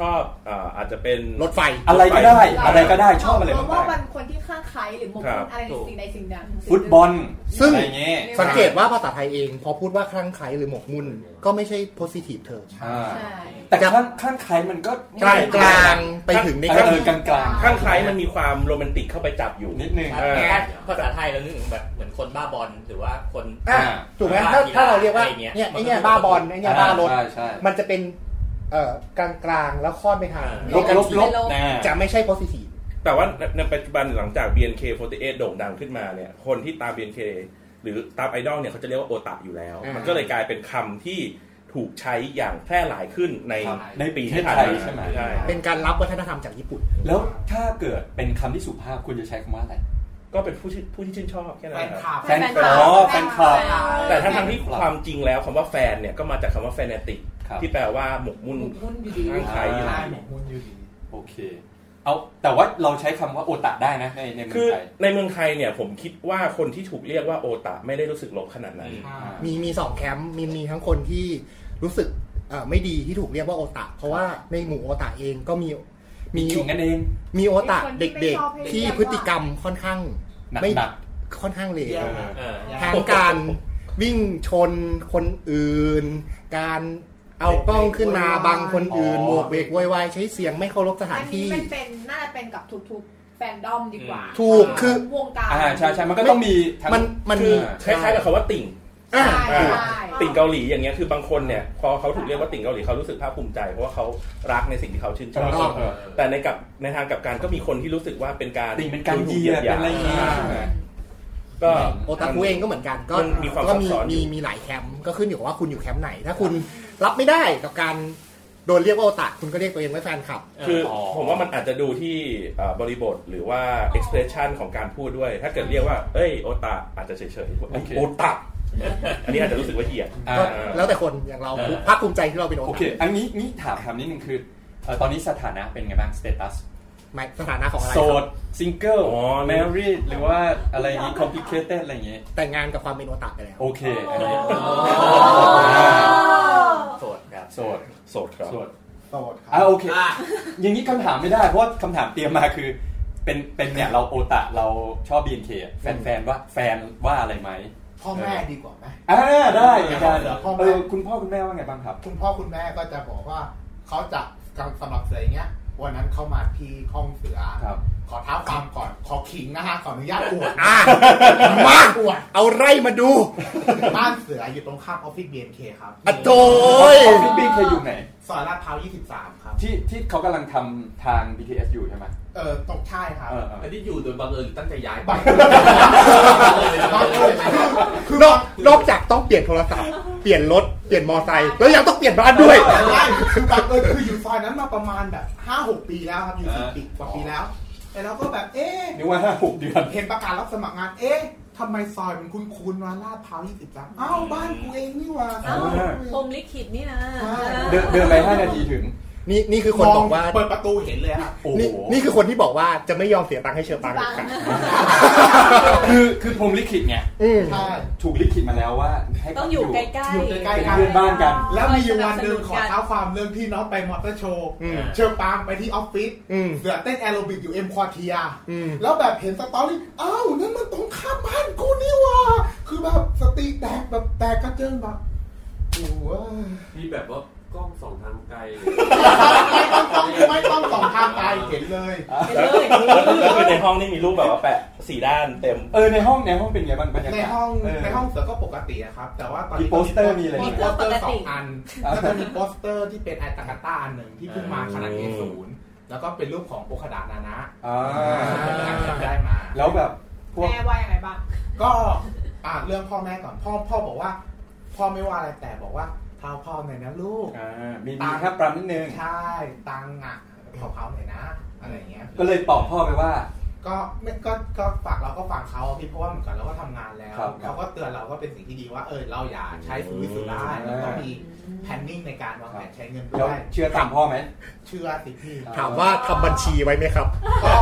ชอบเอ่ออาจจะเป็น
รถไฟ
อะไรก็ได้ อะไรก็ได้ชอบอะไร
เพ
ก็
ราะว่า
ได้
มันคนที่ข้างใครหรือหมกมุ่นอะไรในสิ่งใดสิ่งหนึ่ง
ฟุตบอล
ซึ่ง
อะไรเงี้ย
สังเกตว่าภาษาไทยเองพอพูดว่าคลั่งไคล้หรือหมกมุ่นก็ไม่ใช่ positive term
อ่า
ใช่
แต่ข้างข้างใครมันก็
กลางกลางๆไปถึงใน
เอ
ขั้น
อกลางกลาง
ข้างใครมันมีความโรแมนติกเข้าไปจับอยู่
ๆนิดนึง
เออ
แค่ภาษาไทยเรานึกถึงแบบเหมือนคนบ้าบอลหรือว่าคน
อ่ะถูกไหมถ้าถ้าเราเรียกว่า
อะไรเงี้ย
เนี่ยไอ้เนี่ยบ้าบอลไอ้เนี่ยบ้ารถ
ใช่ใช่
มันจะเป็นเอ่อกลางกลางๆแล้วค่อนไปทาง
ลบ
กัน
ลบลบ
ลบ
นะ
จะไม่ใช่ positive
แต่ว่าในในปัจจุบันหลังจาก BNK48 โด่งดังขึ้นมาเนี่ย คนที่ตาม BNK หรือตามไอดอลเนี่ยเขาจะเรียกว่าโอตาอยู่แล้ว
อ่ามั
มันก็เลยกลายเป็นคำที่ถูกใช้อย่างแพร่หลายขึ้นใน
ครับ
ในปี
ปี
ที่
ที่
ผ่า
ผ่าน
มา
นมา
ใช่ไหม
ใช่
เป็นการรับวัฒนธรรมจากญี่ปุ่น
แล้วถ้าเกิดเป็นคำที่สุภาพคุณจะใช้คำว่าอะไร
ก็เป็นผู้ชื่นผู้ที่ชื่นชอบแค่นั้น
แฟนคลับ
แฟนคลับ
แฟนคลับ
อ๋อแฟนคลับ
แฟนคลับ
แต่ทั้งทั้งๆที่ความจริงแล้วคำว่าแฟนเนี่ยก็มาจากคำว่าแฟนติกที่แปลว่าหมกมุ่นข้างใครอยู่
โอเค เอาแต่ว่าเราใช้คำว่าโอตะได้นะในในเมื
คือ อง
ไทย
ในเมืองไทยเนี่ยผมคิดว่าคนที่ถูกเรียกว่าโอตะไม่ได้รู้สึกลบขนาดนั้น
มีมีสองแคมป์มีมีทั้งคนที่รู้สึกเอ่อไม่ดีที่ถูกเรียกว่าโอตะเพราะว่าในหมู่โอตะเองก็มีมี
ขิงกันเอง
มีโอตะ
มีคนที่
เด็ก
ไม่ชอบให้
ๆ
เรี
ที่
ยกว่า
พฤติกรรมค่อนข้าง
หนัก
ไม่
หนัก
ค่อนข้างเลว
เออเออ
ทั้งการวิ่งชนคนอื่น การเอากล้องขึ้นมาบังคนอื่นโบกเบกโวยวายใช้เสียงไม่เคารพสถา
อั
น
นนี้
ที่
มันเป็นน่าจะเป็นกับทุกๆแฟนดอมดีกว่า
ถูกคือ
วงการ
มันมัน
คือค
ใช่
ล้ายๆกับคำว่าติ่ง
อ่า
อ่า
ใช่
ติ่งเกาหลีอย่างเงี้ยคือบางคนเนี่ยพอเขาถูกเรียกว่าติ่งเกาหลีเขารู้สึกภาคภูมิใจ เพราะว่าเขารักในสิ่งที่เขาชื่นชอบ
ถูกต้อง
แต่ในกับในทางกลับการก็มีคนที่รู้สึกว่าเป็นการ
ติ่งเป็นการเหยียดเป็นอะไรอย่างเงี้ย
ก็
โอตาคุเองก็เหมือนกันก็
มันมีความ
ก็
ซับ
มี
ซ้อนอ
มี
ยู่
มีหลายแคมป์ก็ขึ้นอยู่กับว่าคุณอยู่แคมป์ไหน ถ้าคุณรับไม่ได้กับการโดนเรียกว่าโอตาคุณก็เรียกตัวเองว่าแฟนคลับ
คืออผมว่ามันอาจจะดูที่เอ่อบริบทหรือว่า expression ของการพูดด้วย ถ้าเกิดเรียกว่า เอ้ยโอตาอาจจะเฉยๆ
โอเค
โอตาอันนี้อาจจะรู้สึกว่าเหยียด
ก็แล้วแต่คนอย่างเรา
เออ
ภาคภูมิใจที่เราเป็นโอ
โอ
ตา
เค อันนี้นี่ถามคำนิดนึงคือเอ่อตอนนี้สถานะเป็นไงบ้างสเตตัส
หมายสถานะของอะไร
โสด
ครับ
ซิงเกิลแมรี่หรือว่าอะไรอย่างงี้คอมพลิเคเต็ดอะไรอย่างงี้
แต่งงานกับความเป็นโอตาไปแล้ว
โอเคอันนี้
โสดครับ
โสด
โสดครับ
โสด
โสดครับ
อ่ะโอเค อย่างนี้คำถามไม่ได้เพราะว่าคำถามเตรียมมาคือ เป็นเป็นเนี่ยเราโอตะเราชอบ BNK อะแฟนแฟนว่าแฟนว่าอะไรไหม
พ่อแม่ดีกว่าไหม
อ่าได้อาจารย์
เดี๋ยวพ่อแม่
เออคุณพ่อคุณแม่ว่าไงบ้างครับ
คุณพ่อคุณแม่ก็จะบอกว่าเขาจะสำหรับเสืออย่างเงี้ย วันนั้นเข้ามาที่ห้องเสือ ขอเท้าความก่อนขอขิงนะฮะขออนุญาตอวด
มา
อวด
เอาไร่มาดู
บ้านเสืออยู่ตรงข้ามออฟฟิศบีเอ็นเคครับ
อะโถ่
ออฟฟิศ BNK อยู่ไหน
ซอยลาดพร้าว23 ครับ
ที่ที่เขากำลังทำทาง BTS อยู่ใช่ไหม
เออตรงใช่ครับ
เออเออ
ไม่ได้อยู่โดยบังเอิญหรือตั้งใจย้ายไป
นอกนอกจากต้องเปลี่ยนโทรศัพท์เปลี่ยนรถเปลี่ยนมอไซค์แล้วยังต้องเปลี่ยนบ้านด้วย
ใช่คือบังเอิญคืออยู่ซอยนั้นมาประมาณแบบห้าหกปีแล้วครับ อยู่สี่ปีกว่าปีแล้ว แต่เราก็แบบเอ๊ะ
นึกว่าห้าหกเดือน
เห็นประกาศรับสมัครงาน เอ๊ะทำไมซอยมันคุ้นๆวะลาดพร้าวยี่สิบสามอ้าวบ้านกูเองนี่หว่า
เอ้าพรหมลิขิตนี่นะ
เดินเดินไปห้านาทีถึง
นี่นี่คือคนบอกว่า
เปิดประตูเห็นเลยครับ
นี่นี่คือคนที่บอกว่าจะไม่ยอมเสียตังค์ให้เชอร์ปังเด็ดขาด
คือคือพรหมลิขิตไง
อืม
ใช่
ถูกลิขิตมาแล้วว่าให้
ต้องอยู่ใกล้ๆ
อยู่ใกล้ๆกันเป็นเพื่อนบ้านกัน
แล้วมีอยู่วันหนึ่งขอเท้าความเรื่องที่น้องไปมอเตอร์โชว์
อืม
เชอปางไปที่ออฟฟิศเสือเต้นแอโรบิกอยู่เอ็มควอเทีย แล้วแบบเห็นสตอรี่อ้าวนั่นมันตรงข้ามบ้านกูนี่หว่า คือแบบสติแตกแบบแตกกระเจิงแบบโอ้โห
มีแบบว่ากล้องสองทางไกล
ไม่ต้องส่องไม่ต้องส่องข้ามไปเห็นเลย
แล้วแล้วคือในห้องนี่มีรูปแบบว่าแปะสี่ด้านเต็ม
เออในห้องในห้องเป็นไงบ้างบรรยากาศ
ในห้อง
เ
ในห้องเสือก็ปกติอะครับ แต่ว่าตอน
มีโปสเตอร์มีอะไรไหม
มีโปสเตอร์สองอันแล้วก็มีโปสเตอร์ที่เป็นไอตากาต้าอันหนึ่งที่เพิ่งมาขนาด A0 แล้วก็เป็นรูปของโอคาดานานะ
อ่า
จำได้มา
แล้วแบบพวก
แม่ว่ายังไงบ้าง
ก็อ่ะเรื่องพ่อแม่ก่อนพ่อพ่อบอกว่า พ่อไม่ว่าอะไรแต่บอกว่าเท้าพ่อหน่อยนะลูก
อ่ามีมีค่าปรับนิดนึง
ใช่ตังค์อ่ะขอเขาหน่อยนะ อะไรอย่างเงี้ย
ก็เลยตอบพ่อไปว่า
ก็ไม่ก็ก็ฝากเราก็ฝากเขาอะพี่เพราะว่าเหมือนกันเราก็ทำงานแล้ว
ครับ
เขาก็เตือนเราก็เป็นสิ่งที่ดีว่าเออเราอย่าใช้สุรุ่ยสุร่าย
อืม
เราต้องมีแพนนิ่งในการวางแผนใช้เงิน
แล้ว
ด้วย
เชื่อตามพ่อไหม
เชื่อสิพี่
ถามว่าทำบัญชีไว้ไหมครับ
ก็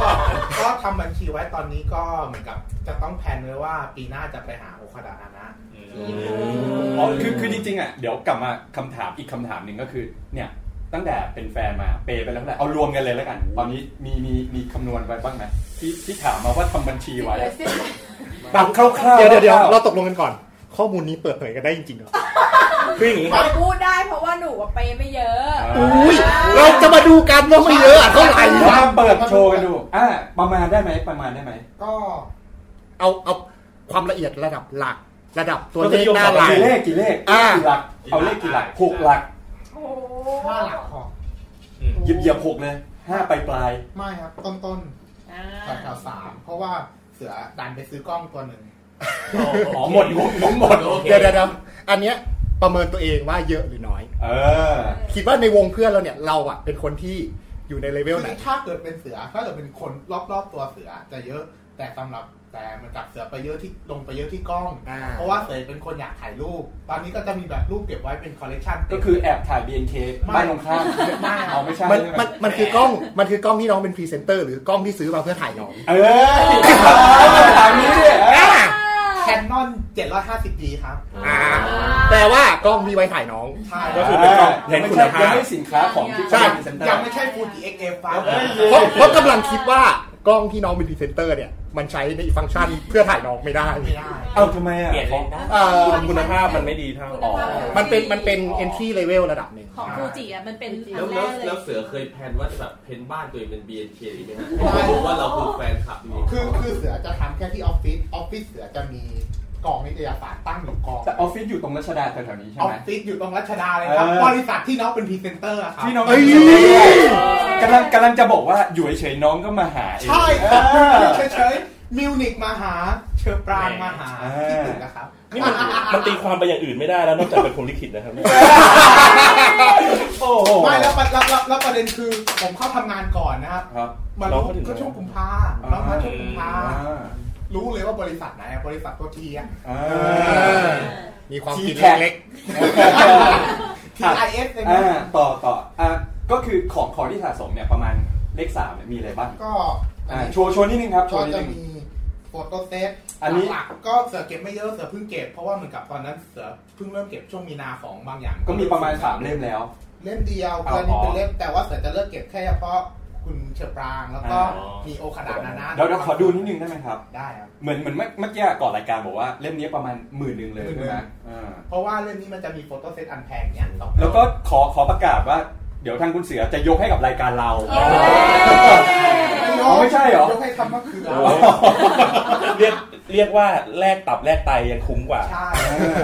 ก็ทำบัญชีไว้ตอนนี้ก็เหมือนกับจะต้องแพลนไว้ว่าปีหน้าจะไปหาโอคาดานะ
อ๋อคือคือจริงๆอ่ะเดี๋ยวกลับมาคำถามอีกคำถามหนึ่งก็คือ เนี่ยตั้งแต่เป็นแฟนมาเปย์ไปแล้วเท่าไหร่เอารวมกันเลยแล้วกัน ตอนนี้มีมีมีคำนวณไว้บ้างไหมที่ที่ถามมาว่าทำบัญชีไว้ตับคร่าวๆ
เดี๋ยวเดี๋ยวเดี๋ยวเราตกลงกันก่อน ข้อมูลนี้เปิดเผยกันได้จริงๆเหรอคืออย่างนี้
หนูพูดได้เพราะว่าหนูอะไปไม่เยอะ
อุ้ยเราจะมาดูกันว่าไม่เยอะอะเท่าไหร่
มาเปิดโชว์กันดูอ่าประมาณได้ไหมประมาณได้ไหม
ก็
เอาเอาความละเอียดระดับหลัก ระดับตัวเลข
ยก
หน้า
สอง
ลาย
กี่เลขกี่เลข
อ่า
กี่หลักเอาเลขกี่หลักหกหลัก
ห้าหลักของ
เหยียบเหยียบหกเลยห้าปลายปลาย
ไม่ครับ ต้นต้นแถวๆสามเพราะว่าเสือดันไปซื้อกล้องตัวหนึ่ง
อ๋อหมดงบงบหมด
โอเค
เดี๋ยวเดี๋ยวเดี๋ยวอันเนี้ยประเมินตัวเองว่าเยอะหรือน้อย
เออ
คิดว่าในวงเพื่อนเราเนี่ยเราอะเป็นคนที่อยู่ในเลเวลไหน
คือถ้าเกิดเป็นเสือถ้าเกิดเป็นคนรอบๆตัวเสือจะเยอะแต่สำหรับแต่ แต่มันจับเสือไปเยอะที่ลงไปเยอะที่กล้อง เพราะว่าเสือเป็นคนอยากถ่ายรูป ตอนนี้ก็จะมีแบบรูปเก็บไว้เป็นคอลเลกชัน
ก็คือแอบถ่าย BNK บ้านตรงข้าม
ไม่
เอาไม่ใช่
มัน
ใช่ไห
มันมันคือกล้องมันคือกล้องที่น้องเป็นพรีเซนเตอร์หรือกล้องที่ซื้อมาเพื่อถ่ายน้อง
เออถามนี้ดิเอ
แคนนอน 750D ครับ
แปลว่ากล้องที่ไว้ถ่ายน้อง
ใช่
ก็คือเป็นกล้องเน้นคุณภาพ
ยังไม่สินค้าของที่
ใช่
พรีเซนเตอ
ยัง
ร์
ไม่ใช่ Full DXF ฟ้า
เอ้ย
เพราะเพราะกำลังคิดว่ากล้องที่น้องเป็นพรีเซนเตอร์เนี่ยมันใช้ในฟังก์ชันเพื่อถ่ายน้องไม่ได้
ไม่ได้
เอ้าทำไมอ่ะ
เปลี่ยนเลนส์ได้
เอ่อ
คุณภาพมันไม่ดีเท่า
อ๋อ
มันเป็นมันเป็น entry level ระดับหนึ่ง
ของฟูจิอ่ะมันเป็นอั
แล้ว
นแร
แล้ว
กเลย
แล้วเสือเคยแพลนว่าจะแบบเพ้นบ้านตัวเองเป็น BNK หรือไหมฮะให้รู้ว่าเราคือแฟนคลับนี่
คือคือเสือจะทำแค่ที่ออฟฟิศ ออฟฟิศเสือจะมีกองนิตยสารตั้งอยู่กอง
แต่ออฟฟิศอยู่ตรงรัชดาแถวๆนี้
อ
ใช่
อ
ไหม
ฟฟิศอยู่ตรงรัชดาเลยครับ
เออ
บริษัทที่น้องเป็นพรีเซนเตอร์อะครับ
ที่น้อง
เอ้ย
กำลังกำลังจะบอกว่าอยู่เฉยๆน้องก็มาหาเอง
ใช่
เออ
เฉยเฉยๆมิวนิกมาหา เชอร์ปรางมาหา
เออ
ที่อื่นนะครับ
นี่มัน มันตีความไปอย่างอื่นไม่ได้แล้วนอกจากเป็นคนลิขิต นะครับเนี่ย
โอ้โห
ไม่แล้วประแล้วแล้วแล้วประเด็นคือผมเข้าทำงานก่อนนะครับ
ครับ
มารู้ก็ช่วงกุมภา
น้
เรา
อง
มา
เขาถึ
ช่
ง
วงกุมภา
อ่า
รู้เลยว่าบริษัทไหนอะบริษัทตัวทีอะ
อ่า
มีความ
ชี้
ผิด
แท็ก
เล็ก
TIS เอง
อ่า
นะ
ต่อต่ออ่ะก็คือของของที่สะสมเนี่ยประมาณเลขสามเนี่ยมีอะไรบ้าง
ก็อัน
อ่า
นี้
โชว์โชว์นิดนึงครับโช
ก็
ว์นิดนึ
จะ
ง
มีโฟโต้เซต
อันนี้
หลักๆก็เสือเก็บไม่เยอะเสือเพิ่งเก็บเพราะว่าเหมือนกับตอนนั้นเสือเพิ่งเริ่มเก็บช่วงมีนาของบางอย่าง
ก็มีประมาณสามเล่มแล้ว
เล่มเดียว
อ๋อ
เกินนี้เป็นเล่มแต่ว่าเสือจะเลิกเก็บแค่เฉพาะคุณเชอปรางแล้วก็
อ๋อ
มีโอคาดานานา
เดี๋ยวเดี๋ยวขอดูนิดนึงได้ไหมครับ
ได้ครับ
เหมือนเหมือนเมื่อเมื่อกี้ก่อนรายการบอกว่าเล่มนี้ประมาณหมื่นหนึ่งเลย
หมื่นหนึ่
ใช่
ง
ไหมอ่า
เพราะว่าเล่มนี้มันจะมีโฟโต้เซตอันแพงเนี้ยสอง
แล้วก็ขอขอประกาศว่า เดี๋ยวทางคุณเสือจะยกให้กับรายการเรา อ๋อไม่ใช่เหรอ
ยกให้ทำมะเขือ
โอ้โหเรียกเรียกว่าแลกตับแลกไตยังคุ้มกว่า
ใช่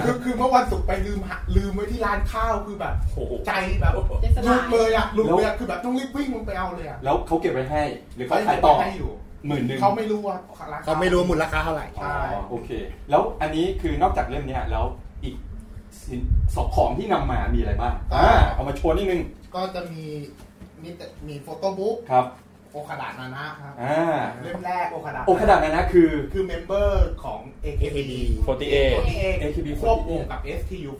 คือคือเมื่อวันศุกร์ไปลืมหาลืมไว้ที่ร้านข้าวคือแบบ
โอ้โห
ใจแบบ
จะส
หลุ
บา
ด
ย
เลยอะหลุดเลยอะคือแบบต้องรีบวิ่งลงไปเอาเลยอะ
แล้วเขาเก็บไว้ให้ หรือ
เขา
เขา
ยัง
ขายต่อ
เก็บไว้ให้อยู่
หมื่นหนึ่ง
เขาไม่รู้ว่าราคา
เขาไม่รู้มูลค่าเท่าไหร่
ใช่
อ๋อโอเค แล้วอันนี้คือนอกจากเล่มเนี้ยแล้วอีกสินสอบของที่นำมามีอะไรบ้างอ่าเอามาโชว์นิดนึง
ก็จะมีมีแต่มีโฟโต้บุ๊ก
ครับ
โอคาดานานะครับ
อ่า
เริ่มแรกโอคาดะ
โองค์ขนาดนั้นนะคือ
คือเมมเบอร์ของ AKB
48
AKB
ควบวงกับ STU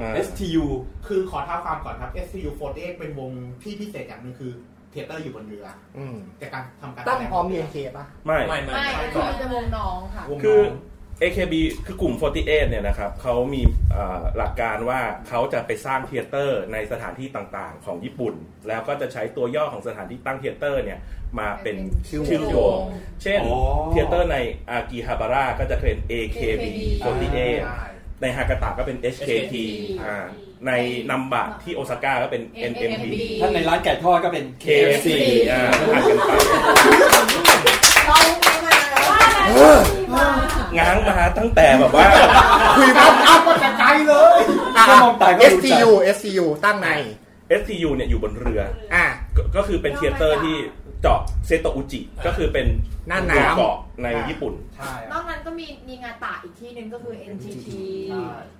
อ่า
48
STU
คือขอเท้าความก่อนครับ STU 48เป็นวงที่พิเศษอย่างหนึ่งคือเทเตอร์อยู่บนเรือ
อืม
จากการทำการ
ตั้งพร้อม
เรีย
BNK ป่ะ
ไม่
ไม่ไม่
ไม่
ไม่
คือจะวงน้องค่ะ
วง
คือ
น้อง
AKB คือกลุ่ม 48 เนี่ยนะครับเขามีเอ่อหลักการว่าเขาจะไปสร้างเทยเตอร์ในสถานที่ต่างๆ ของญี่ปุ่น แล้วก็จะใช้ตัวย่อของสถานที่ตั้งเทยเตอร์เนี่ยมาเป็น
ชื่อวง
ชื่อวงเช่น
อ๋อ
เทยเตอร์ในอากิฮาบาระก็จะเป็น AKB 48
ใช่
ในฮากาตะก็เป็น HKT อ่าในนัมบะที่โอซาก้าก็เป็น NMB
ถ้าในร้านไก่ทอดก็เป็น
KFC อ่าผ่านกันไป
เราไม่มาแล้วว่า
เออ
ง้างมาตั้งแต่แบบว่า
คุยปั๊บ
อ้าวก็จะไกลเลย
อ่ะ
ถ้ามองตาก็รู้จัก
STU STU ตั้งใน
STU เนี่ยอยู่บนเรือ
อ่ะ
ก็ก็คือเป็นเทยเตอร์ที่เจาะเซโตะอุจิ ก็คือเป็น
หน้าน้ำ
เกาะในญี่ปุ่น
ใช่
นอกนั้นก็มีมีงานตาอีกที่หนึ่งก็คือ NGT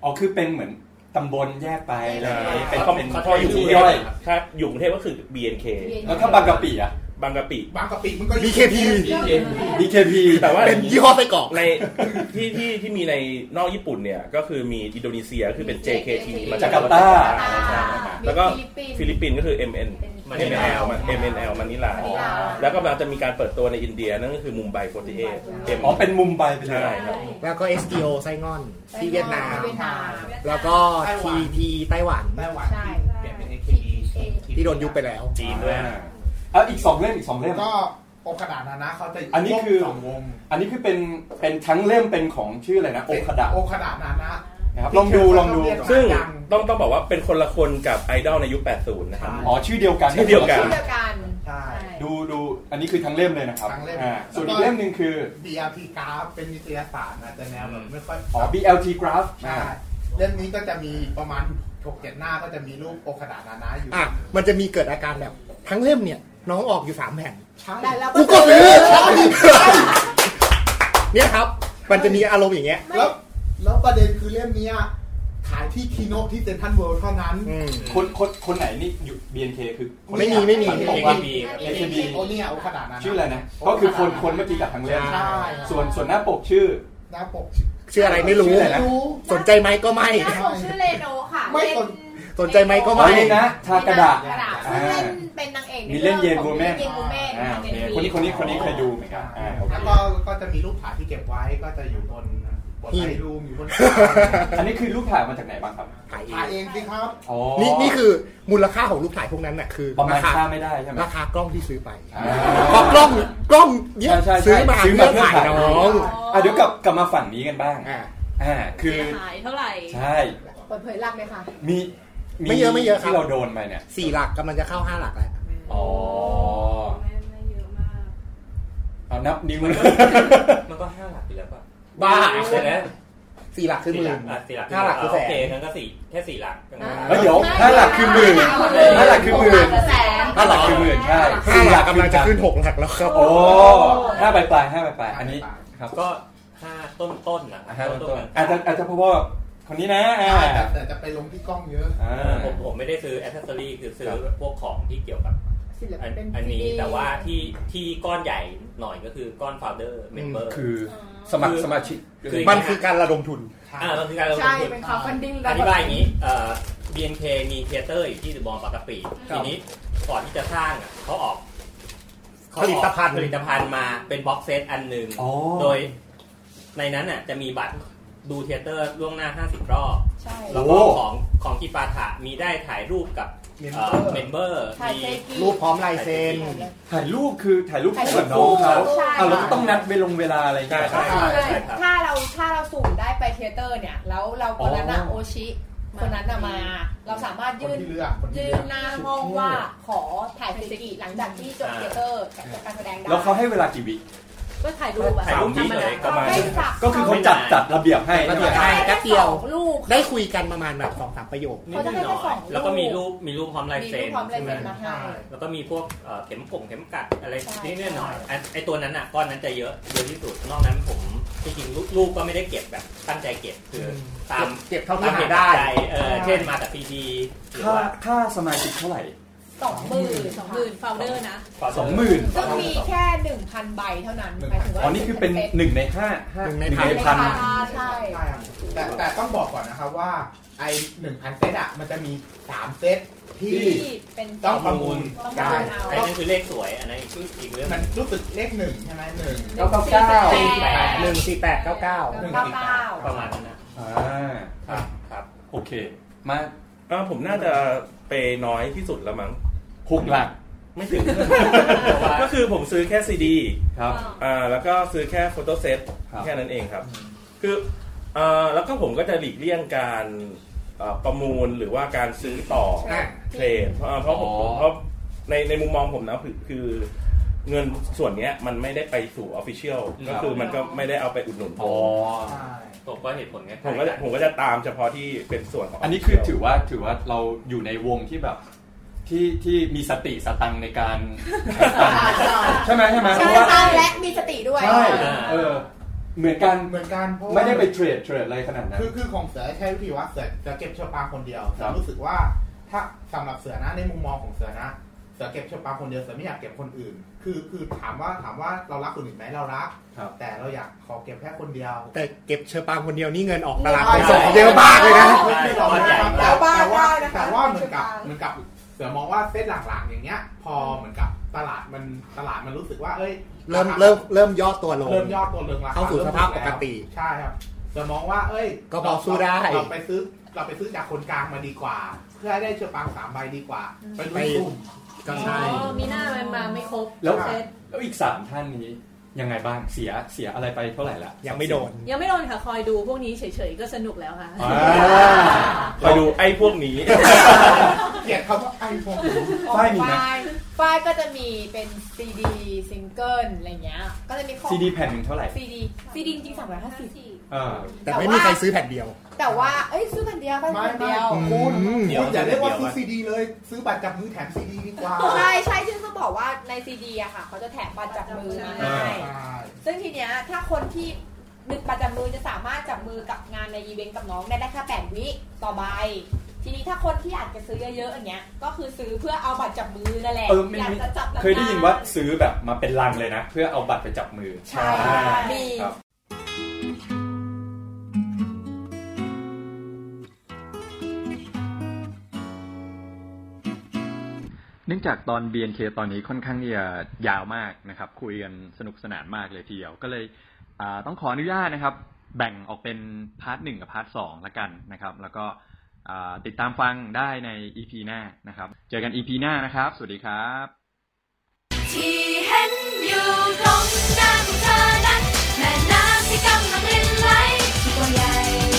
อ๋อคือเป็นเหมือนตำบลแยกไปอะไรอย่างงี้เป็น
พอ
เป็น
พออยู่กรุงเท
ย่
พ
อย
ถ้าอยู่กรุงเทพก็คือ BNK
แล้วถ้าบางกะปิอ่ะ
บางกะปิ
บางกะปิมันก็
BKT
BKB
แต่ว่า
เป็นยี่ห้อไส้กรอก
ในที่ที่ที่มีในนอกญี่ปุ่นเนี่ย ก็คือมีอินโดนีเซียคือเป็น JKT มาจาก
จาการ์ตา
แล้วก็
มี
ฟิลิปปินส์ก็คือ MN
มานิลา
MNL มา MNL มานิลา
มานิลา
แล้วก็กำลังจะมีการเปิดตัวในอินเดียนั่นก็คือมุมไบ48 M
อ๋อเป็นมุมไบไปเล
ใช่
ย
ครับ
แล้วก็ STO ไส้งอนที่เวียดนาม
เวียดนาม
แล้วก็ TP ไต้หวัน
ไต้หวัน
ใช่
ที่เปลี่ยนเป็น AKB
ที่โดนยุบไปแล้ว
จีนด้วย
อ่ะอีกสองเล่มอีกสองเล่ม
ก็โอกาดานานะเขาจะ
อันนี้คือ
วบสองวง
อันนี้คือเป็นเป็นทั้งเล่มเป็นของชื่ออะไรนะโอคาดะ
โอคาดานานะ
นะครับลองดูลองดู
ซึ่งต้องต้องบอกว่าเป็นคนละคนกับไอดอลในยุค 80 นะครับ
อ๋อชื่อเดียวกัน
ชื่อเดียวกัน
เดียวกัน
ใช่
ดูดูอันนี้คือทั้งเล่มเลยนะครับ
ทั้งเล่ม
อ่าส่วนอีกเล่มหนึ่งคือ
BRP กราฟเป็นนิตยสารนะแต่แนวแบบไม่ค่อย
อ๋อ BLT Graph
ใช่
อ่า
เล่มนี้ก็จะมีประมาณ6กเจ็ดหน้าก็จะมีรูปโอกระดาษนานาอยู่
อ่ะ มันจะมีเกิดอาการแบบทั้งเล่มเนี่ย น้องออกอยู่สามแผ่น
ใช่
แต่เรา
กูก็ซื้อเนี่ยครับ มันจะมีอารมณ์อย่างเงี้ย
แล้วแล้วประเด็นคือเล่มเนี้ย ขายที่คีโนะที่เซ็นทรัลเวิลด์เท่านั้น
คนคนคนไหนนี่อยู่ BNK คือ
ไม่มีไม่มี
AKB
โอ้เนี่ยโอ้ขนาดนั้น
ชื่ออะไรนะ ก็คือคนคนเมื่อกี้กับทางเรื่อง
ใช่
ส่วนส่วนหน้าปกชื่อ
หน้าปก
ชื่ออะไรไม่รู้
ชื่ออะไรนะ
สนใจไหมก็ไม่
หน้าปกชื่อเลโนค่ะ
ไม่สน
สนใจไหมก็ไม่
อ๋อนี่นะทากระดาษ
กระดาษซึ่งเล่นเป็นนางเอกใ
มีเล่นเยน
ข
บู
อง
แมน
เยนบูแมน
อ่าโอเคคนนี้คนนี้คนนี้เคยดูเหมือนกันอ่าโอเค
แล้วก็ก็จะมีรูปถ่ายที่เก็บไว้ก็จะอยู่บนบนไอรูมอยู่บน
อันนี้คือรูปถ่ายมาจากไหนบ้างครับ
ถ่ายเอง
ถ่ายเองสิครับ
อ๋อ
นี่นี่คือมูลค่าของรูปถ่ายพวกนั้นน่ะคือ
ประมาณ
คา
ค่าไม่ได้ใช่ไหม
ราคากล้องที่ซื้อไป
อ่า
เพราะกล้องกล้องเนี่ย
ใช่ใช่ใช่
ซื้อมา
ซื้อมา
เพื่อถ่ายน้อง
อ่ะเดี๋ยวกลับกลับมาฝั่งนี้กันบ้าง
อ่า
อ่าคือ
เสียหายเท่าไหร่
ใช่
เปิดเผยหลักเลยค่ะ
มี
ไม่เยอะไม่เยอะครับ
ที่เราโดนไปเนี่ย
สี่หลักกำลังจะเข้าห้าหลักแล้ว
อ๋อ
ไม่ไม่เยอะมาก
เอานับนิ้ว
มันก็ห้าหลักอยู่แล้วป่ะ
บ้า
ใช่ไหม
สี่หลักคือหมื่น
อ่ะสี่หลัก
ห้าหลักคือแสน
โอเคงั้นก็สี่แค่สี่หลักก็งั้น
แล้วเดี๋ยวห้าหลักคือหมื่นห้าหลักคือหมื่น
แสน
ห้าหลักคือหมื่นใช่
ห้าหลักกำลังจะขึ้นหกหลักแล้วครับ
โอ้ห้าปลายปลายๆห้าปลายปลายๆอันนี้ครับ
ก็ห้าต้นต้นๆนะ
ห้าต้นต้น
ๆ
อาจจะอาจจะเพราะว่าคนนี้นะอ่า
แต่แต่จะไปลงที่กล้องเยอะ
อ่า
ผมผมไม่ได้ซื้อแอคเซสซอรี่คือซื้อ
ครับ
พวกของที่เกี่ยวกับ
ศิล
อัน
ปิน
อันนี้
ซีดี
แต่ว่าที่ที่ก้อนใหญ่หน่อยก็คือก้อน f าวเดอร์เมมเบอร์
คือสมัครสมาชิก
คือ
มันคือการระดมทุน
อ่ามันคือการลงทุน
ใช่เป็น crowdfunding
อธิบายอย่างนี้เอ่อ BNK มีเทเตอร์อยู่ที่เดอะมอลล์ปากกะปิ
ครั
ที
บ
นี้ก่อนที่จะสร้างอ่ะเขาออกเขาออก
ผลิตภัณฑ์
ผลิตภัณฑ์มาเป็นบ็อกเซตอันหนึ่ง
อ๋อ
โดยในนั้นน่ะจะมีบัตรดูเทเตอร์ล่วงหน้า 50 รอบ
ใช่
แล้วก็ของของกีปาถะมีได้ถ่ายรูปกับเมมเบอร์
ถ่าย
มี
เซกี
รูปพร้อมลายเซ็น
ถ่ายรูปคือถ่ายรูป
ถ่ายรู
ส่ว
ป
นน้องเขา
ใช่
อ่าเราก็ต้องนัดไปลงเวลาอะไรอย่าง
ใช่
เงี้ย
ใช่ใช่ใช่ครับ
ถ้าเราถ้าเราสุ่มได้ไปเทยเตอร์เนี่ย แล้วเราคนนั้นอะ
อ๋อ
โอชิคนนั้นอะมา เราสามารถ
คน
ยื่น
ที่เลือกคนที่
ยื่
เลื
น
อก
หน้าห้องว่าขอถ่ายเซกิหลังจากที่จบเทยเตอร์จบการแสดงได้
แล้วเขาให้เวลากี่วิ
ก็ถ่ายรูปอะ
ถ่ายรูป
ธรรม
นี้
ดา
เลยก็มา
ให้ฝา
ก็คือเขาจัดจัดระเบียบให้
จัดระเบียบ
ใช่ไหม
ให้
แป๊
แค่
บเดียว
สองลูก
ได้คุยกันประมาณแบบสองสามประโยค
นิด
เขาจะให้
ห
แค่
น่อ
สอย ง
แล้วก็
รูป
มีรูปมีรูปพร้อมลาย
มี
เซ็
รูป
น
พร้อมลายเซ็นมาให้
แล้วก็มีพวกเอ่อเข็มกงเข็มกัดอะไร
ใช่
นิดๆหน่อยๆอันไอตัวนั้นอ่ะก้อนนั้นจะเยอะเยอะที่สุดนอกนั้นผมจริงๆรูปรูปก็ไม่ได้เก็บแบบตั้งใจเก็บคืออตาม
เก็บเท่า
ตา
ที่
ม
หา
เหตุปั
ได้
จจัยเออเช่นมาจากซีดีหรือ
ค่า
ว่า
ค่าสมาชิกเท่าไหร่
สองหมื่น
สองหมื่นโฟลเดอร์นะ
สองหมื่น
ซึ่งมีแค่หนึ่งพันใบเท่านั้นหมายถึงว่า
อ๋อนี่คือเป็น
ซ็ต
หนึ่งในห้าห้า
หนึ่งใน
เป็
พัน
ใช่
ใช่ครับแต่แต่ต้องบอกก่อนนะครับว่าไอหนึ่งพันเซตอ่ะ มันจะมีสามเซตที่
ที่เป็น
ต้องประมูล
ต้องประ
ได้
มูลเอา
ไอ้นั่นคือเลขสวยอันนั้นอีกอีกเรื่องห
มัน
นึ่ง
รู้สึกเลขหนึ่งใช่ไหมหนึ่ง
เก้าเก้าเก้า
48
หนึ่งสี่แปดเก้าเก้า
หนึ่ง
เก้าเก้า
ประมาณนั้นนะ
อ่า
ครับครับ
โอเค มา
อ่าผมน่าจะไปน้อยที่สุดแล้วมั้ง
หกหลัก
ไม่ ถึง ก็คือผมซื้อแค่ซีดี
ครับ
อ่าแล้วก็ซื้อแค่โฟโต้เซต
ครับ
แค่นั้นเองครับ คืออ่าแล้วก็ผมก็จะหลีกเลี่ยงการอ่าประมูลหรือว่าการซื้อต่อเทรดเพราะเพราะผม
อ๋อ
เพราะในในมุมมองผมนะคือคือเงินส่วนเนี้ยมันไม่ได้ไปสู่ออฟฟิเชียลก็คือมันก็ไม่ได้เอาไปอุดหนุนผม
อ๋อ
ใช่
ผมก็เหตุผลไง
ผมก็จะผมก็จะตามเฉพาะที่เป็นส่วนของ
อันนี้คือถือว่าถือว่าเราอยู่ในวงที่แบบ ที่ที่มีสติสตังค์ในการใช้ตังค์ใช่ไหมใช่ไหมเพ
ใช่
ราะว่า
ใช่และมีสติด้วย
ใช่เออ เหมือนกัน
เหมือนกันเพราะว่า
ไม่ได้ไปเทรดเทรดอะไรขนาดนั้น
คือคือของเสือใช้วิธีว่าเสือจะเก็บเชือกปลาคนเดียว
ครั
แต่
บ
รู้สึกว่าถ้าสำหรับเสือนะในมุมมองของเสือนะ เสือเก็บเชือกปลาคนเดียวเสือไม่อยากเก็บคนอื่น คือคือถามว่าถามว่าเรารักคนอื่นไหมเรารัก
ครับ
แต่เราอยากขอเก็บแค่คนเดียว
แต่เก็บเชอปางคนเดียวนี่เงินออกตลาดไปส่งเยอะมากเลยนะ
ไม่หรอกนะครับ
แต่ว่า
แต่ว่า
ได้นะคะ
แต่ว่าเหมือนกับเหมือนกับเสือมองว่าเส้นหลังๆอย่างเงี้ย พอเหมือนกับตลาดมันตลาดมันรู้สึกว่าเอ้ย
เริ่มเริ่มเริ่มย่อตัวลง
เริ่มยอดตัวเรื่องราคา
เข้าสู่สภาพปกติ
ใช่ครับจะมองว่า เอ้ย
ก็พอสู้ได้
เราไปซื้อเราไปซื้อจากคนกลางมาดีกว่า เพื่อให้ได้เชือกปางสามใบดีกว่า ไปดูกลุ่ม
ก็ใช่
อ๋อมีหน้ามันมาไม่ครบ
แล้ว
เซต
แล้วอีกสามท่านนี้ยังไงบ้างเสียเสียอะไรไปเท่าไหร่ละ
ยังไม่โดน
ยังไม่โดนค่ะคอยดูพวกนี้เฉยๆก็สนุกแล้วค่ะ
อ่า
คอยดูไอ้พวกนี้
เกลียดคำว่าไอ้พวก
ฝ้ายมีไหม
ฝ้ายก็จะมีเป็นซีดีซิงเกิลอะไรเงี้ย ก็จะมีของ
ซีดีแผ่นหนึ่งเท่าไหร่
ซีดีซีดีจริงสามร้อยห้าสิบ
เออ
แต่ไม่มีใครซื้อแผ่นเดียว
แต่ว่า เอ้ยซื้อแผ่นเดียวแผ่น
ไม่ไม่
เดียว
คุณคุณ
อืม
อย่าเรียกว่าซื้อซีดีเลย ซื้อบัตรจับมือแถมซีดีดีกว่า
ใช่ใช่ซึ่งต้องบอกว่าในซีดีอะค่ะ เขาจะแถมบัตรจับมือมา
อ่า
ให้ ซึ่งทีเนี้ยถ้าคนที่ หนึ่งประจำมือจะสามารถจับมือกับงานในอีเวนต์กับน้องได้ได้แค่แปดวิต่อใบ ทีนี้ถ้าคนที่อยากจะซื้อเยอะๆอย่างเงี้ย ก็คือซื้อเพื่อเอาบัตรจับมือนั่นแหละ
เออไม่
อยากจะจับนานๆ
เคยได้ยินว่าซื้อแบบมาเป็นลังเลยนะ เพื่อเอาบัตรไปจับมือ
ใช่มี
ครับ
เนื่องจากตอน BNK ตอนนี้ค่อนข้างที่จะยาวมากนะครับ คุยกันสนุกสนานมากเลยทีเดียว ก็เลยอ่าต้องขออนุญาตนะครับ แบ่งออกเป็นพาร์ทหนึ่งกับพาร์ทสองละกันนะครับ แล้วก็อ่าติดตามฟังได้ใน EP หน้านะครับ เจอกัน EP หน้านะครับ สวัสดีครับ
ที่เห็นอยู่ตรงหน้าของเธอนั้นแม่น้ำที่กำลังรินไหลตัวใหญ่